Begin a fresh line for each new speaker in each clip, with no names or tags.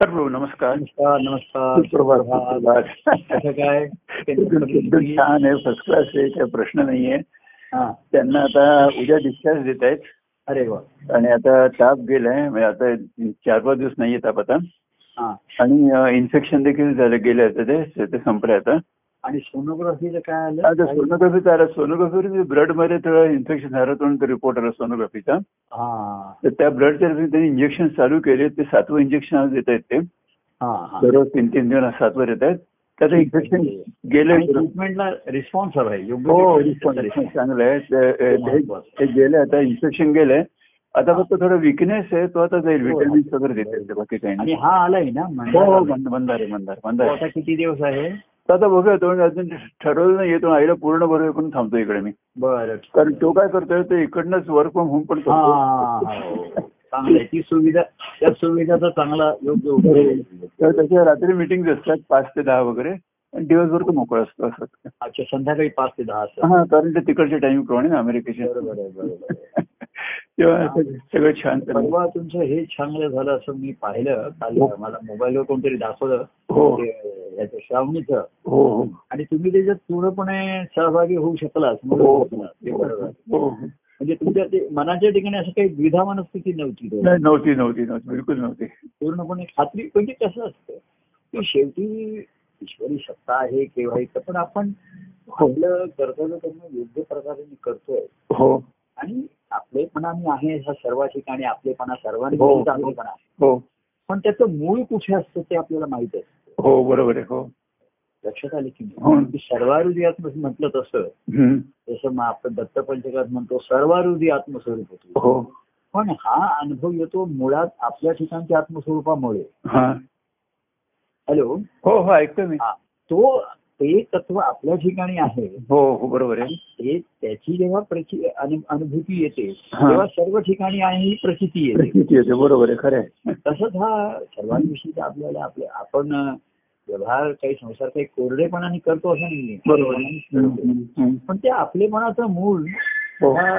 प्रभू नमस्कार
नमस्कार नमस्कार
सुप्रभात,
सुप्रभात. कसं
सुप्रभात.
काय
एकदम छान आहे फर्स्ट क्लास आहे काही प्रश्न नाहीये
हा.
त्यांना आता उद्या डिस्चार्ज देत आहेत
अरे वा
आणि आता ताप गेलाय म्हणजे आता चार पाच दिवस नाहीये ताप आता
हा.
आणि इन्फेक्शन देखील झालं गेलं आता ते ते संपलंय आता
आणि सोनोग्राफीचं काय
आता
आलं
सोनोग्राफी आला सोनोग्राफी ब्लड मध्ये थोडं इन्फेक्शन झालं होतं रिपोर्ट आला सोनोग्राफीचा
हा
तर त्या ब्लडच्या त्यांनी इंजेक्शन चालू केले ते सातवं इंजेक्शन आज देत आहेत ते
हा हा
दररोज तीन तीन दिवस सातवर येत आहेत त्याचं इन्फेक्शन
आणि
गेलं
ट्रीटमेंटला रिस्पॉन्स हवा आहे योग्य
हो
treatment
रिस्पॉन्स
response.
चांगलं आहे ते- हे- हे गेलंय आता इन्फेक्शन गेलंय आता फक्त थोडा विकनेस आहे तो आता जाईल
हो.
विटॅमिन्स वगैरे देते ते बाकी काही
आणि हो,
नाही
हा आलाय ना म्हणजे
हो हो मंद- मंदार आहे मंदार मंदार
तो
आहे.
आता किती दिवस आहे
तर आता बघूया तो अजून ठरवलं नाही तो आईला पूर्ण बरोबर करून थांबतो इकडे मी
बरं
कारण तो काय करतोय तो इकडनंच वर्क फ्रॉम होम पण
हा हा,
करतो
हो. चांगलं आहे ती सुविधा त्या सुविधाचा चांगला योग्य उपयोग आहे.
तर त्याच्या रात्री मिटिंग असतात पाच ते दहा वगैरे आणि दिवसभर तो मोकळा असतो असं
अच्छा संध्याकाळी पाच ते दहा असतात
हा कारण ते तिकडच्या टाइम प्रमाणे ना अमेरिकेच्या
बरोबर आहे बरोबर आहे
तेव्हा सगळं- सगळं छान चाललंय.
परवा तुमचं हे चांगलं झालं असं मी पाहिलं काल
हो.
मला मोबाईलवर कोणतरी दाखवलं
हो
ते याचं श्रावणीचं
हो हो
आणि तुम्ही त्याच्यात पूर्णपणे सहभागी होऊ शकला
हो.
म्हणजे
हो.
तुमच्या ते मनाच्या ठिकाणी असं काही द्विधा मनस्थिती नव्हती तेव्हा.
नाही, नव्हती नव्हती नव्हती बिलकुल नव्हती
पूर्णपणे खात्री म्हणजे कसं असतं की शेवटी ईश्वरी सत्ता आहे केव्हा इथं पण आपण आपलं कर्तव्य करणं योग्य प्रकारे करतोय
हो
आणि आपलेपणा मी आहे हा सर्व ठिकाणी आपलेपणा सर्वांनी
हो.
आपलेपणा आहे
हो
पण त्याचं मूळ कुठे असतं ते आपल्याला माहित आहे
हो बरोबर आहे हो
लक्षात आले की
हो.
नाही सर्वारुदी आत्म म्हटलं तसं
हम्म.
जसं मग आपण दत्तपंचकात म्हणतो सर्वारुदी आत्मस्वरूप होतो
हो
पण हा अनुभव येतो मुळात आपल्या ठिकाणच्या आत्मस्वरूपामुळे
हा
हॅलो
हो हो ऐकतो मी
हा. तो ते तत्व आपल्या ठिकाणी आहे
हो हो बरोबर आहे
ते त्याची जेव्हा प्रति अनु- अनुभूती येते
हा.
तेव्हा सर्व ठिकाणी आहे ही प्रचिती येते
किती येते बरोबर आहे खरं आहे
तसंच हा सर्वांविषयी आपल्याला आपल्या आपण अ, व्यवहार काही संसार काही कोरडेपणाने करतो असं नाही
बरोबर आहे. हम्म, हम्म, हम्म.
पण ते आपलेपणाचं मूळ
हो
हा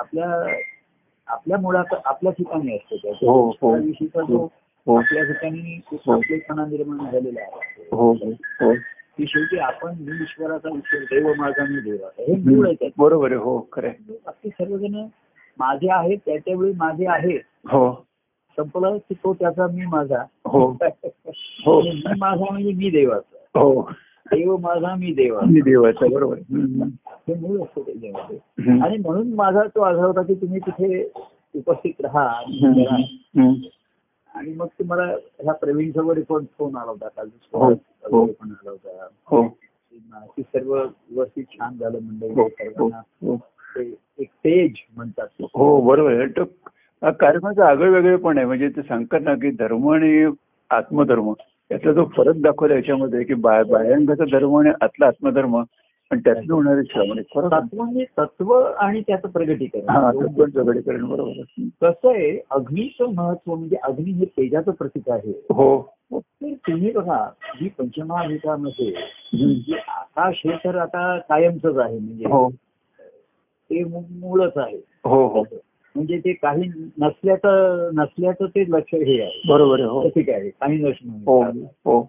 आपल्या आपल्या मुळात आपल्या ठिकाणी असतो
हो, हो.
त्या विषयीचा जो
हो
आपल्या ठिकाणी एक
हो.
आपलेपणा निर्माण झालेला आहे
हो हो हो
की शेवटी आपण मी ईश्वराचा ईश्वर देव माझा मी देव आहे हे मूळ आहे
हम्म. बरोबर आहे हो खरं आहे
त्यात बाकी सर्वजण माझे आहेत त्या त्यावेळी माझे आहेत
हो
संपलं की तो त्याचा मी माझा
हो हो.
आणि मी माझा म्हणजे मी देवाचा
हो
देव माझा मी देवाचा
मी देवाचा बरोबर आहे. हम्म,
हे मूळ असतं त्याच्यामध्ये
हम्म.
आणि म्हणून माझा तो आधार होता की तुम्ही तिथे उपस्थित राहा आणि
हम्म,
करा.
हम्म.
आणि मग तुम्हाला ह्या प्रवीण वगैरे फोन फोन आला होता काल
हो, हो.
फोन आला होता
हो
की सर्व व्यवस्थित छान झालं
हो
मंडळी
हो
सर्वांना
हो
ते एक तेज म्हणतात ते.
हो बरोबर आहे तो हा कर्माचं आगळ वेगळे पण आहे म्हणजे ते सांगतात ना की धर्म आणि आत्मधर्म याचा जो फरक दाखवला याच्यामध्ये की बा- बाह्यांगाचा धर्म आणि आतला आत्मधर्म आणि त्यातनं होणारे श्रम आहे. फरक आहे.
तत्व म्हणजे तत्व आणि त्याचं
हा
प्रगटीकरण हो.
तो पण सगळीकरण बरोबर आहे.
कसं आहे अग्नीचं महत्व म्हणजे अग्नी हे तेजाचं प्रतीक आहे
हो
तर तुम्ही बघा ही पंचमहाभूतामध्ये
हम्म.
जे आकाश हे तर आता कायमचंच आहे म्हणजे
हो
ते मू- मूळच आहे
हो हो
म्हणजे ते काही नसल्याचं नसल्याचं ते लक्ष हे आहे
बरोबर आहे हो
प्रतीक आहे काही नसणं
हो हो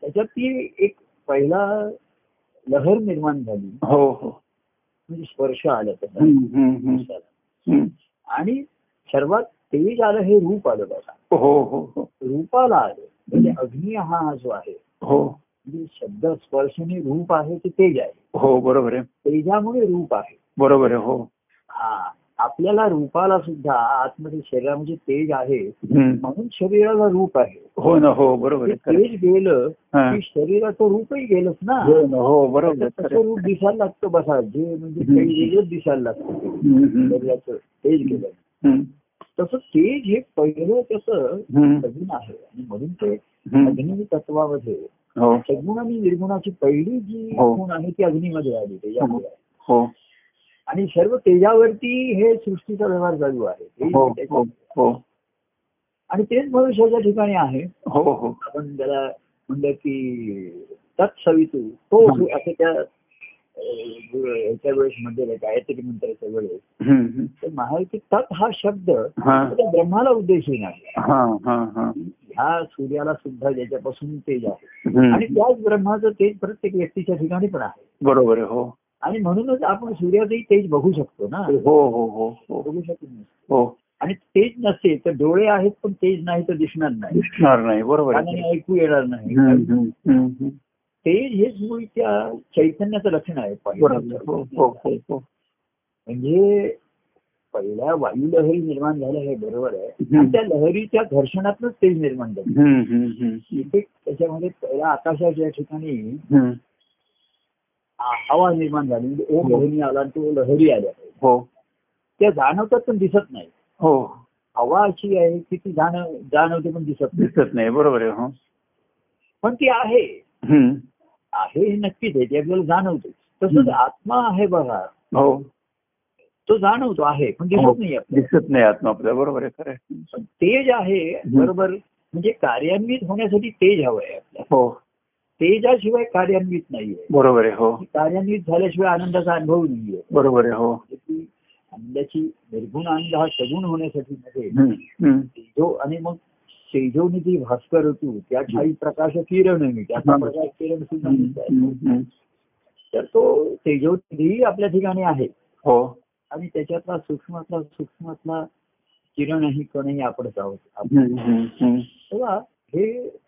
त्याच्यात ती एक पहिला लहर निर्माण झाली
हो हो
म्हणजे स्पर्श आला त्याचा
हम्म, हम्म, हम्म, हम्म.
आणि सर्वात तेज आलं हे रूप आलं बघा
हो हो हो
रूपाला आलं म्हणजे अग्नी हा जो आहे
हो
म्हणजे शब्द स्पर्शने रूप आहे ते तेज आहे
हो बरोबर आहे
तेजामुळे रूप आहे
बरोबर आहे हो
हा आपल्याला रूपाला सुद्धा आतमध्ये शरीरामध्ये तेज आहे
हम्म.
म्हणून शरीराला रूप आहे
हो ना हो बरोबर
ते
आहे खरं आहे.
तेज गेलं
हा.
की शरीराचं रूपही गेलंच ना
हो ना हो बरोबर आहे,
तसं
खरं आहे.
रूप दिसायला लागतं बघा जे म्हणजे
हम्म.
काही वेगळंच दिसायला लागतं ते.
हम्म, हम्म.
शरीराचं तेज गेलं
हम्म,
तसं तेज हे पहिलं कसं
हम्म,
अग्नी आहे आणि म्हणून ते
हम्म.
अग्नी तत्वामध्ये
हो
सद्गुण आणि निर्गुणाची पहिली जी
हो.
गुण आहे ती अग्नीमध्ये आली तेजामध्ये आली.
हो
आणि सर्व तेजावरती हे सृष्टीचा व्यवहार चालू आहे हे
हो
त्याच्या-
हो हो
आणि तेच मनुष्याच्या ठिकाणी आहे
हो हो
आपण ज्याला म्हणलं की तत्सवितू तो
हं.
असं त्या ह्याच्या वेळेस म्हणजे नाही गायत्री मंत्राच्या वेळेस
हम्म, हम्म.
तर महायुती तत् हा शब्द
हा
आता ब्रह्माला उद्देशून आहे
हा हा हा
ह्या सूर्याला सुद्धा ज्याच्यापासून तेज आहे आणि
हम्म.
त्याच ब्रह्माचं तेज प्रत्येक व्यक्तीच्या ठिकाणी पण आहे
बरोबर आहे हो
आणि म्हणूनच आपण सूर्याचंही तेज बघू शकतो ना
हो हो हो हो
बघू शकत नाही
हो
आणि तेज नसते तर डोळे आहेत पण तेज नाही तर दिसणार नाही
दिसणार नाही बरोबर आहे
कानाने ऐकू येणार
हम्म,
नाही
हम्म, हम्म, हम्म.
तेज हेच मुळी त्या चैतन्याचं लक्षण आहे
बरोबर हो हो हो
पहिलं
हो
म्हणजे पहिल्या वायू लहरी निर्माण झाल्या हे बरोबर आहे
हम्म.
आणि त्या लहरीच्या घर्षणातच तेज निर्माण झालं
हम्म, हम्म, हम्म.
इथे त्याच्यामध्ये पहिल्या आकाशाच्या ठिकाणी
हम्म.
आ- हवा निर्माण झाली म्हणजे ओम ध्वनी आला आणि तो लहरी आल्या
हो
त्या जाणवतात पण दिसत नाही
हो
हवा अशी आहे की ती जाणव जाणवते पण दिसत नाही
दिसत नाही बरोबर आहे हो
पण ती आहे
हम्म.
आहे हे नक्कीच आहे ती आपल्याला जाणवते तसंच
हं.
आत्मा आहे बघा
हो
तो जाणवतो आहे पण
हो.
दिसत नाही आपल्याला
दिसत नाही आत्मा आपल्या बरोबर आहे खरं आहे.
पण तेज आहे
हं.
बरोबर म्हणजे कार्यान्वित होण्यासाठी तेज हवं आहे आपल्याला
हो
तेजाशिवाय कार्यान्वित नाहीये
बरोबर आहे हो
कार्यान्वित झाल्याशिवाय आनंदाचा अनुभव नाहीये
बरोबर आहे हो
म्हणजे ती आनंदाची निर्गुण आनंद हा सगुण होण्यासाठी नव्हे
हम्म, हम्म.
तेजो आणि मग तेजोनी जी भास्कर होतो त्या ठाई प्रकाश किरण मी त्याचा
हं.
प्रकाश किरण सुद्धा
हम्म,
म्हणतात.
हम्म, हम्म.
तर तो तेजोनिधी आपल्या ठिकाणी आहे
हो
आणि त्याच्यातला सूक्ष्मातला सूक्ष्मातला किरणही कणही आपणच आहोत आपण.
हम्म, हम्म, हम्म.
तेव्हा हे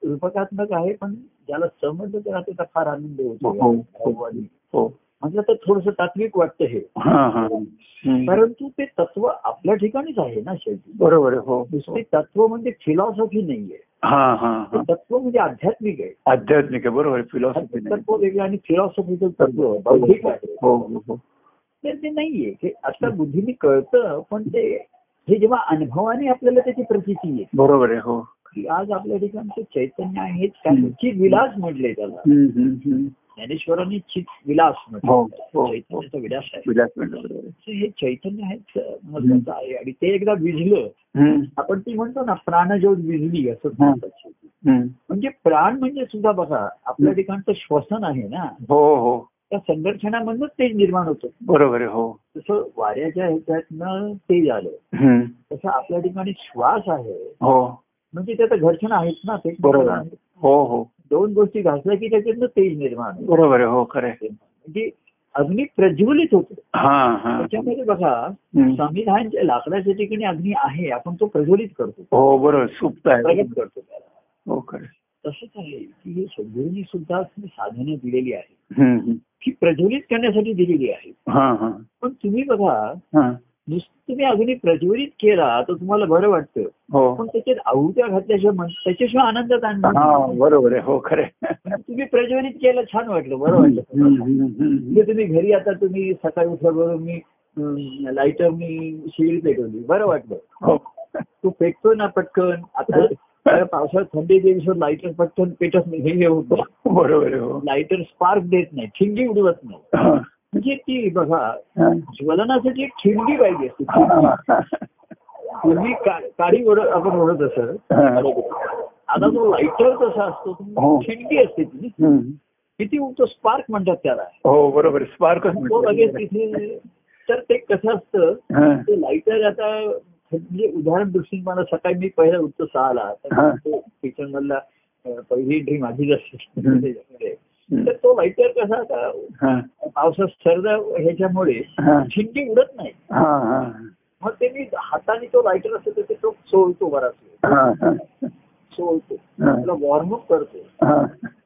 रूपकात्मक आहे पण ज्याला समजलं त्याला त्याचा फार आनंद
हो,
होतो
हो.
भाववादी.
हो
म्हटलं तर थोडस तात्विक वाटतं हे
हा हा हम्म.
परंतु ते तत्व आपल्या ठिकाणीच आहे ना शेवटी
बरोबर आहे हो
नुसते तत्व म्हणजे फिलॉसॉफी नाहीये
हा हा हा
ते तत्व म्हणजे आध्यात्मिक आहे
आध्यात्मिक आहे बरोबर फिलॉसॉफी नाही
तत्व वेगळं आणि फिलॉसॉफीचं तत्व बौद्धिक आहे
हो हो हो
तर ते नाहीये हे आता बुद्धीने कळतं पण ते हे जेव्हा अनुभवाने आपल्याला त्याची प्रचिती येते
बरोबर आहे हो
की आज आपल्या ठिकाणचं चैतन्य आहे त्याला चित विलास म्हटले त्याला
हम्म, हम्म, हम्म.
ज्ञानेश्वरांनी चित विलास
हो,
म्हटलं
हो,
त्याला. चैतन्याचा विलास आहे
विलास म्हणलं बरोबर आहे.
तर हे चैतन्य आहे च- महत्वाचं आहे आणि ते एकदा विजलं
हम्म,
आपण ती म्हणतो ना प्राणज्योत विजली असं म्हणतात शेवटी.
हम्म.
म्हणजे प्राण म्हणजे सुद्धा बघा आपल्या
हं.
ठिकाणचं श्वसन आहे ना
हो हो
त्या संघर्षणामधूनच तेज निर्माण होतं
बरोबर आहे हो
जसं वाऱ्याच्या ह्याच्यातनं तेज आलं
हम्म.
तसं आपल्या ठिकाणी श्वास आहे
हो
म्हणजे त्याचं घर्षण आहेत ना ते
बरोबर आहे. हो हो
दोन गोष्टी घासल्या की त्याच्यातनं तेज निर्माण होतं.
बरोबर आहे हो खरं आहे.
म्हणजे अग्नी प्रज्वलित होतो
हा हा
त्याच्यामध्ये बघा
हम्म.
संविधान जे लाकडाच्या ठिकाणी अग्नी आहे आपण तो प्रज्वलित करतो
हो बरोबर सुप्त आहे
प्रगत करतो त्याला
हो खरं आहे.
तसंच आहे की हे सद्गुरूंनी सुद्धा ही साधनं दिलेली आहे
हम्म, हम्म.
ती प्रज्वलित करण्यासाठी दिलेली आहे
हा हा
पण तुम्ही बघा
हा
नुसतं तुम्ही अग्नी प्रज्वलित केला तर तुम्हाला बरं वाटतं
हो
पण त्याच्यात आहुत्या घातल्याशिवाय मन- त्याच्याशिवाय आनंदात
हा
आणणार
बरोबर आहे हो खरं आहे.
तुम्ही प्रज्वलित केलं छान वाटलं बरं
हम्म,
वाटलं तुम्हाला.
हम्म, हम्म.
म्हणजे तुम्ही घरी आता तुम्ही सकाळी उठल्याबरोबर मी लाईटर मी शिळ पेटवली बरं वाटलं
हो
तू पेटतो ना पटकन आता आता पावसाळ्यात थंडी दिवसात लाईटर पटकन पेटत नाही हे- हे होत
बरोबर आहे हो
लाईटर स्पार्क देत नाही ठिणगी उडवत नाही
हा,
म्हणजे ती बघा
हा.
ज्वलनासाठी एक ठिणगी पाहिजे असते
हा, हा.
पूर्वी का- काडी ओढ आपण ओढत असत आता तो लाईटर कसा असतो
हो.
तो ठिणगी असते ती
हम्म.
किती उठतो स्पार्क म्हणतात त्याला
हो बरोबर स्पार्कच
तो लगेच तिथे तर ते कसं असतं
म्हणजे
ते लाईटर आता म्हणजे उदाहरण दृष्टीने मला सकाळी मी पहिला उठतो सहाला
हा.
तर तो किचन मधला अं, पहिली ड्रीम आधीच असते तर तो लाईटर कसा आता पावसात सर्द ह्याच्यामुळे झिंकी उडत नाही मग ते मी हाताने तो लाईटर असतो तर ते तो सोडतो बराच वेळ सोडतो त्याला वॉर्मअप करतो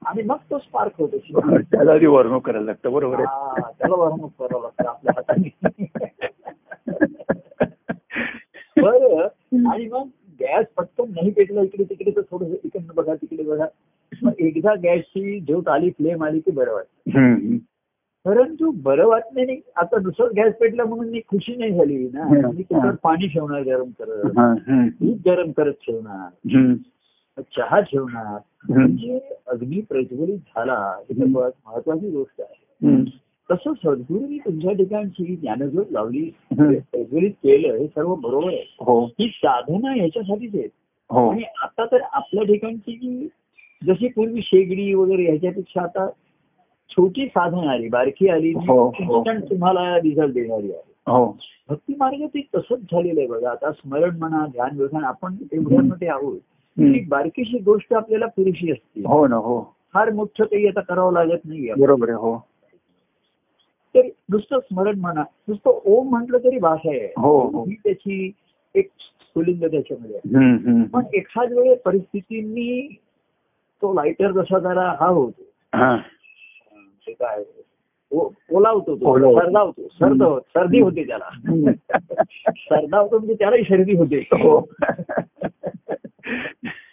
आणि मग तो स्पार्क होतो
त्याला आधी वॉर्म करायला लागतं बरोबर
हा, त्याला वॉर्मअप करावं लागतं आपल्या हाताने
आहे
बरं आणि मग गॅस पटकन नाही पेटला इकडे तिकडे तर थोडस इकडनं बघा तिकडे बघा मग एकदा गॅसची ज्योत आली फ्लेम आली की बरं वाटतं
हम्म.
परंतु बरं वाटण्याने आता दुसरं गॅस पेटला म्हणून मी खुशी नाही झाली ना
हं.
मी त्याच्यावर पाणी ठेवणार गरम करत
हा, हम्म.
दूध गरम करत ठेवणार
हम्म.
मग चहा ठेवणार
हम्म.
म्हणजे अग्नी प्रज्वलित झाला ही तर
हं.
मुळात महत्वाची गोष्ट आहे
हम्म.
तसं सद्गुरूंनी तुमच्या ठिकाणची ज्ञानज्योत लावली
हं.
प्रज्वलित केलं हे सर्व बरोबर आहे
हो
ही साधना याच्यासाठीच आहेत
हो
आणि आता तर आपल्या ठिकाणची जी जशी पूर्वी शेगडी वगैरे ह्याच्यापेक्षा आता छोटी साधन आली बारकी आली
हो, हो.
instant तुम्हाला रिझल्ट देणारी आहे
हो
भक्ती मार्ग ते तसंच झालेलं आहे बघा आता स्मरण म्हणा ध्यान व्यवधान आपण एवढ्यामध्ये आहोत
हम्म.
की बारकीशी गोष्ट आपल्याला पुरेशी असते
हो ना हो
फार मोठं काही आता करावं लागत नाही
बरोबर आहे हो
तर नुसतं स्मरण म्हणा नुसतं ओम म्हटलं तरी भाषा आहे
हो हो
ही त्याची एक स्फुलिंग त्याच्यामध्ये आहे
हम्म, हम्म.
पण एखाद वेळे परिस्थितींनी तो लायटर जसा जरा हा होतो
हा.
ते काय ओ- ओलावतो तो
ओलावतो.
सर्दावतो सर्द
हम्म.
सर्दी होते त्याला
हम्म.
सर्दावतो म्हणजे त्यालाही सर्दी होते
हो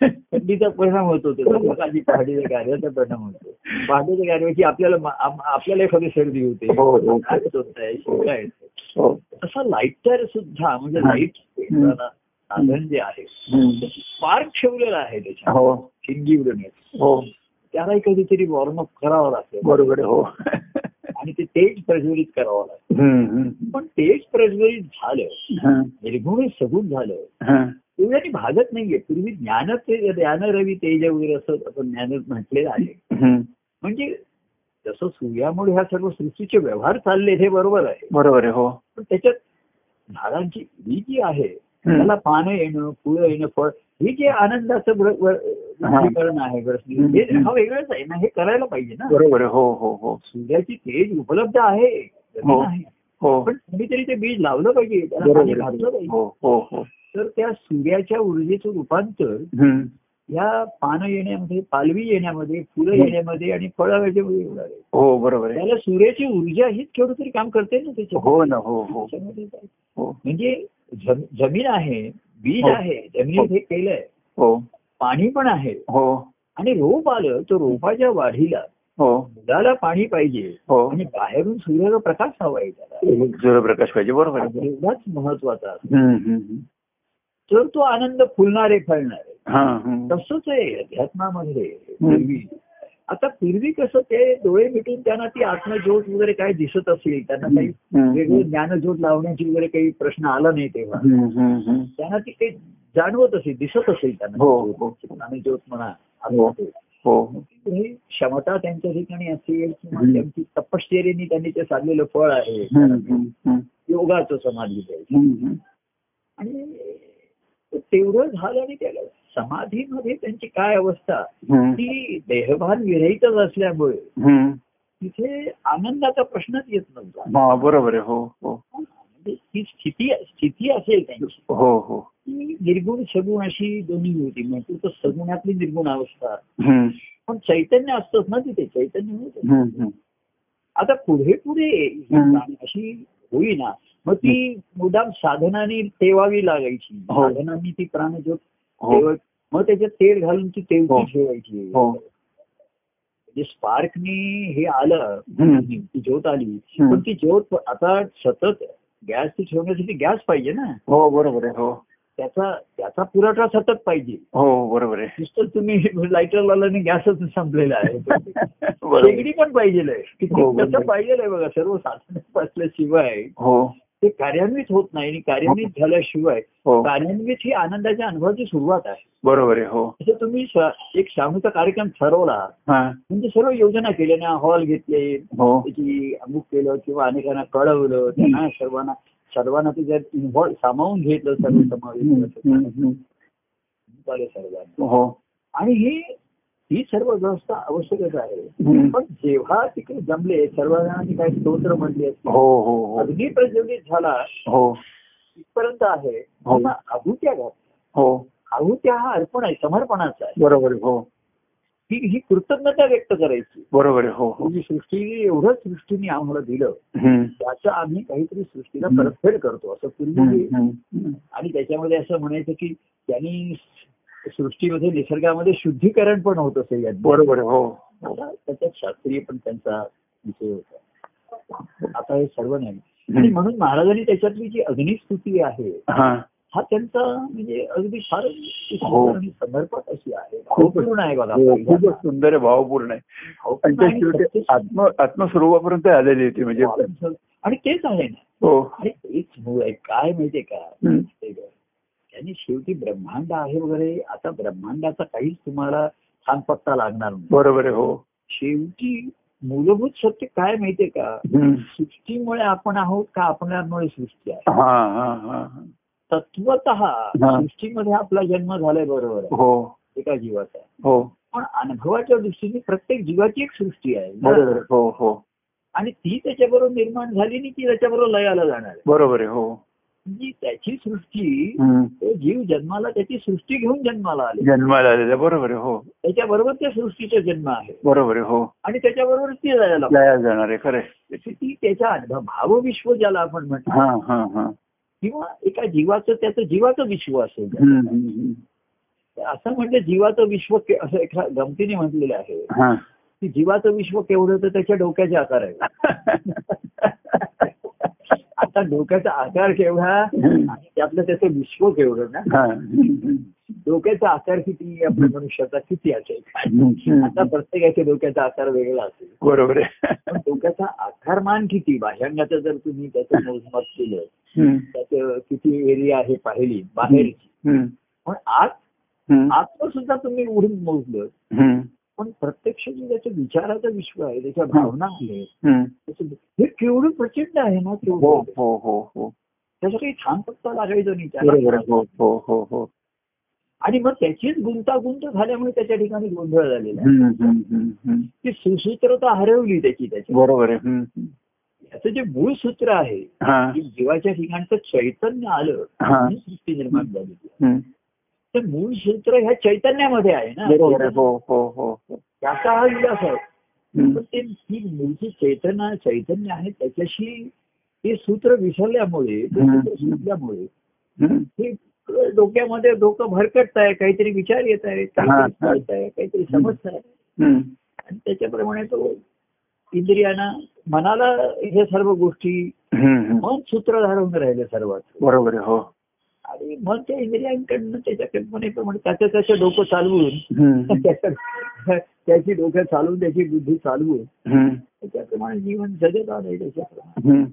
थंडीचा परिणाम होतो त्याचा
हो.
सकाळची पहाटेच्या गारव्याचा परिणाम होतो पहाटेच्या गारव्याची आपल्याला मा- आम- आपल्याला एखादी सर्दी होते
हो, हो.
नाक सुटतंय, शिंका येते.
हो
तसा लाईटर सुद्धा म्हणजे
हा.
लाईट साधन जे आहे
हम्म.
स्पार्क ठेवलेला आहे त्याच्या
हो
ठिणगी उडवण्यात
हो
त्यालाही कधीतरी वॉर्म अप करावं लागतं
बरोबर आहे हो
आणि ते तेज प्रज्वलित करावं लागतं
हम्म, हम्म.
पण तेज प्रज्वलित झालं
हा,
निर्गुण सगुण झालं
हा.
एवढ्याने भागत नाहीये पूर्वी ज्ञान ते ज्ञान रवी तेज वगैरे असं आपण ज्ञान म्हटलेलं आहे
हम्म.
म्हणजे जसं सूर्यामुळे ह्या सर्व सृष्टीचे व्यवहार चालले हे बरोबर आहे
बरोबर आहे हो
पण त्याच्यात झाडांची ही जी आहे
हम्म.
त्याला पानं येणं फुलं येणं फळ हे जे आनंदाचं वर- वर- वृद्धीकरण आहे वरती, हे हा वेगळंच आहे ना हे करायला पाहिजे ना
बरोबर आहे हो हो हो
सूर्याची तेज उपलब्ध आहे जमीन
हो.
आहे.
हो
पण कुणीतरी ते बीज लावलं पाहिजे त्याला पाणी
बरोबर
घातलं
आहे.
पाहिजे
हो हो हो
तर त्या सूर्याच्या ऊर्जेचं रूपांतर
हम्म.
या पानं येण्यामध्ये पालवी येण्यामध्ये फुलं
हम्म.
येण्यामध्ये आणि फळं याच्यामध्ये होणार आहे
हो बरोबर आहे
त्याला सूर्याची ऊर्जा हीच केवढं तरी काम करते ना त्याच्यामध्ये.
हो ना हो हो
त्याच्यामध्ये काय?
हो
म्हणजे जम- जमीन आहे बीज
हो.
आहे जमिनीत हे केलंय
हो
पाणी पण आहे
हो
आणि रोप आलं तर रोपाच्या वाढीला
हो
मुलाला पाणी पाहिजे
हो
आणि बाहेरून सूर्याचा प्रकाश हवाय त्याला
सूर्यप्रकाश पाहिजे बरोबर
हा
आहे
एवढाच महत्वाचा असतो.
हम्म, हम्म, हम्म.
तर तो आनंद फुलणारे फळणारे
हा, हम्म.
तसंच आहे अध्यात्मामध्ये पूर्वी आता पूर्वी कसं ते डोळे मिटून त्यांना ती आत्मज्योत वगैरे काय दिसत असेल त्यांना काही
हम्म.
वेगळे ज्ञानज्योत लावण्याची वगैरे काही प्रश्न आला नाही तेव्हा
हम्म, हम्म, हम्म.
त्यांना ती काही जाणवत असेल दिसत असेल त्यांना
हो, हो.
ज्ञानज्योत म्हणा
हो. हो
ही क्षमता त्यांच्या ठिकाणी असेल किंवा
हम्म.
त्यांची तपश्चर्याने त्यांनी ते साधलेलं फळ आहे
हम्म, हम्म, हम्म.
योगाचं समाधी पाहिजे
हम्म,
आणि ते तेवढं झालं आणि त्याला समाधीमध्ये त्यांची काय अवस्था
हम्म.
ती देहभान विरहितच असल्यामुळे
हम्म.
तिथे आनंदाचा प्रश्नच येत नव्हता
हा, बरोबर आहे हो हो
म्हणजे ती स्थिती स्थिती असेल त्यांची
हो हो
ती निर्गुण सगुण अशी दोन्ही होती म्हणजे तर सगुणातली निर्गुण अवस्था
हम्म,
पण चैतन्य असतंच ना तिथे चैतन्य होतं
हम्म, हम्म.
आता पुढे पुढे ही
हम्म.
जाण अशी होईना मग ती मुदाम साधनाने तेवावी लागायची
हो.
साधनाने ती प्राणज्योत
हो
तेवत मग त्याच्यात तेल घालून ती
हो.
तेवती ठेवायची
हो.
म्हणजे स्पार्कनी हे आलं
हम्म.
ती ज्योत आली
हम्म.
पण ती ज्योत आता सतत गॅस ती ठेवण्यासाठी गॅस पाहिजे ना
हो बरोबर आहे हो
त्याचा त्याचा पुरवठा सतत पाहिजे
हो बरोबर आहे
नुसतं तुम्ही लायटर लावला आणि गॅसच संपलेला आहे
बरोबर आहे.
शेगडी पण पाहिजे आहे
हो, बरोबर.
त्याचं पाहिजे आहे बघा सर्व साधन असल्याशिवाय
हो
ते कार्यान्वित होत नाही आणि कार्यान्वित झाल्याशिवाय
हो
कार्यान्वित ही आनंदाच्या अनुभवाची सुरुवात आहे
बरोबर आहे हो
जसं तुम्ही स्व- एक श्रावणीचा कार्यक्रम ठरवला
हा
म्हणजे सर्व योजना केल्या ना हॉल घेतले
हो
त्याची अमुक केलं किंवा अनेकांना कळवलं त्यांना सर्वांना सर्वांना त्याच्यात इन्व्हॉल्व सामावून घेतलं सर्व
हम्म, हम्म,
समावेश
हम्म.
केलं सर्वांना
हो
आणि ही ही सर्व व्यवस्था आवश्यकच आहे
हम्म.
पण जेव्हा तिकडे जमले सर्वजणांनी काही स्तोत्र म्हणले
हो हो हो
अगदी प्रज्वलित झाला
हो
तिथपर्यंत आहे
हो.
तेव्हा आहुत्या घात
हो
आहुत्या हा अर्पण आहे समर्पणाचा आहे
बरोबर आहे हो
ही ही कृतज्ञता व्यक्त करायची
बरोबर आहे हो हो
म्हणजे सृष्टीने एवढं सृष्टीने आम्हाला दिलं
हम्म.
त्याचं आम्ही काहीतरी सृष्टीला
हम्म.
परतफेड करतो असं पूर्वी
हम्म, हम्म.
आणि त्याच्यामध्ये असं म्हणायचं की त्यांनी सृष्टीमध्ये निसर्गामध्ये शुद्धीकरण पण होत असे यात
बरोबर आहे हो हो
आता त्याच्यात शास्त्रीय पण त्यांचा विषय होता आता हे सर्व नाही आणि
हम्म.
म्हणून महाराजांनी त्याच्यातली जी अग्निस्तुती आहे
हा
हा त्यांचा म्हणजे अगदी फार
हो.
समर्पक अशी आहे
खूपच.
पूर्ण आहे बघा
हो, खूपच सुंदर आहे भावपूर्ण आहे आणि ते शेवटी आत्म आत्मस्वरूपापर्यंत आलेली होती म्हणजे
आणि तेच आहे ना
हो
आणि तेच मूळ आहे काय माहितीये का
हम्म.
त्यांनी शेवटी ब्रह्मांड आहे वगैरे आता ब्रह्मांडाचा काहीच तुम्हाला थांग पत्ता लागणार नाही
बरोबर आहे हो
शेवटी मूलभूत सत्य काय माहितीये का
हम्म.
सृष्टीमुळे आपण आहोत का आपल्यामुळे सृष्टी आहे
हा, हा, हा, हा.
तत्वत सृष्टीमध्ये आपला जन्म झालाय बरोबर आहे
हो
एका जीवाचा
हो
पण अनुभवाच्या दृष्टीने प्रत्येक जीवाची एक सृष्टी आहे
बरोबर
ना?
आहे. हो हो
आणि ती त्याच्याबरोबर निर्माण झाली आणि ती त्याच्याबरोबर लयाला जाणार आहे
बरोबर आहे हो
म्हणजे त्याची सृष्टी
हम्म.
तो जीव जन्माला त्याची सृष्टी घेऊन जन्माला आली
जन्माला आलेला बरोबर आहे हो
त्याच्याबरोबर त्या सृष्टीचा जन्म आहे
बरोबर आहे हो
आणि त्याच्याबरोबर ती लयाला लागली.
लया जाणार आहे खरं आहे.
त्याची ती त्याचा अनुभव भावविश्व ज्याला आपण म्हणतो
हा हा हा
किंवा एका जीवाचं त्याचं जीवाचं विश्व असेल
हम्म, हम्म, हम्म.
असं म्हणजे जीवाचं विश्व के- असं एका गमतीने म्हटलेलं आहे
हा.
की जीवाचं विश्व केवढं तर त्याच्या डोक्याचा आकार आहे आता डोक्याचा आकार केवढा आणि त्यातलं त्याचं विश्व केवढं ना
हा. हम्म,
डोक्याचा आकार किती आपल्या मनुष्याचा किती असेल
हम्म, हम्म.
आता प्रत्येकाच्या डोक्याचा आकार वेगळा असेल
बरोबर आहे
पण डोक्याचा आकारमान किती भाषांगाचं जर तुम्ही त्याचं मोजमाप केलं
हम्म,
त्याचं किती एरिया आहे पाहिली बाहेरची
हम्म,
पण आत
हम्म,
आतलं सुद्धा तुम्ही उडून मोजलं
हम्म,
पण प्रत्यक्ष जे त्याच्या विचाराचं विश्व आहे त्याच्या भावना आहे
हम्म.
त्याचं- हे केवढं प्रचंड आहे ना
हो
केवढं
हो हो हो
त्याचं काही थांब पत्ता लागायचं नाही
बरोबर आहे.
त्याला.
हो हो हो हो
आणि मग त्याचीच गुंतागुंत झाल्यामुळे त्याच्या ठिकाणी गोंधळ झालेला आहे
हम्म, हम्म, हम्म, हम्म.
ती सुसूत्रता हरवली त्याची त्याची
बरोबर आहे हम्म, हम्म.
त्याचं जे मूळ सूत्र आहे
हो. हा
की जीवाच्या ठिकाणचं चैतन्य आलं
हा.
आणि सृष्टी निर्माण झाली
हम्म.
तर मूळ सूत्र ह्या चैतन्यामध्ये आहे
बरोबर आहे.
ना
हो हो हो हो
त्याचा हा विलास आहे पण
हम्म.
ते ती मूळची चेतना चैतन्य आहे त्याच्याशी ते सूत्र विसरल्यामुळे ते
हम्म.
सूत्र सुटल्यामुळे
हम्म.
ते डोक्यामध्ये डोकं भरकटत आहे काहीतरी विचार येत आहे
हा.
काहीतरी कळत आहे काहीतरी समजत आहे
हम्म.
आणि त्याच्याप्रमाणे तो इंद्रियांना मनाला हे सर्व गोष्टी
हम्म, हम्म.
मन सूत्र धारून राहिले सर्वात
बरोबर आहे. हो
आणि मन त्या इंद्रियांकडनं त्याच्या कल्पनेप्रमाणे त्याचं त्याचं डोकं चालवून
हम्म.
त्याच्या त्याची डोकं चालवून त्याची बुद्धी चालवून
हम्म.
त्याच्याप्रमाणे जीवन जगत आलंय त्याच्याप्रमाणे
हम्म.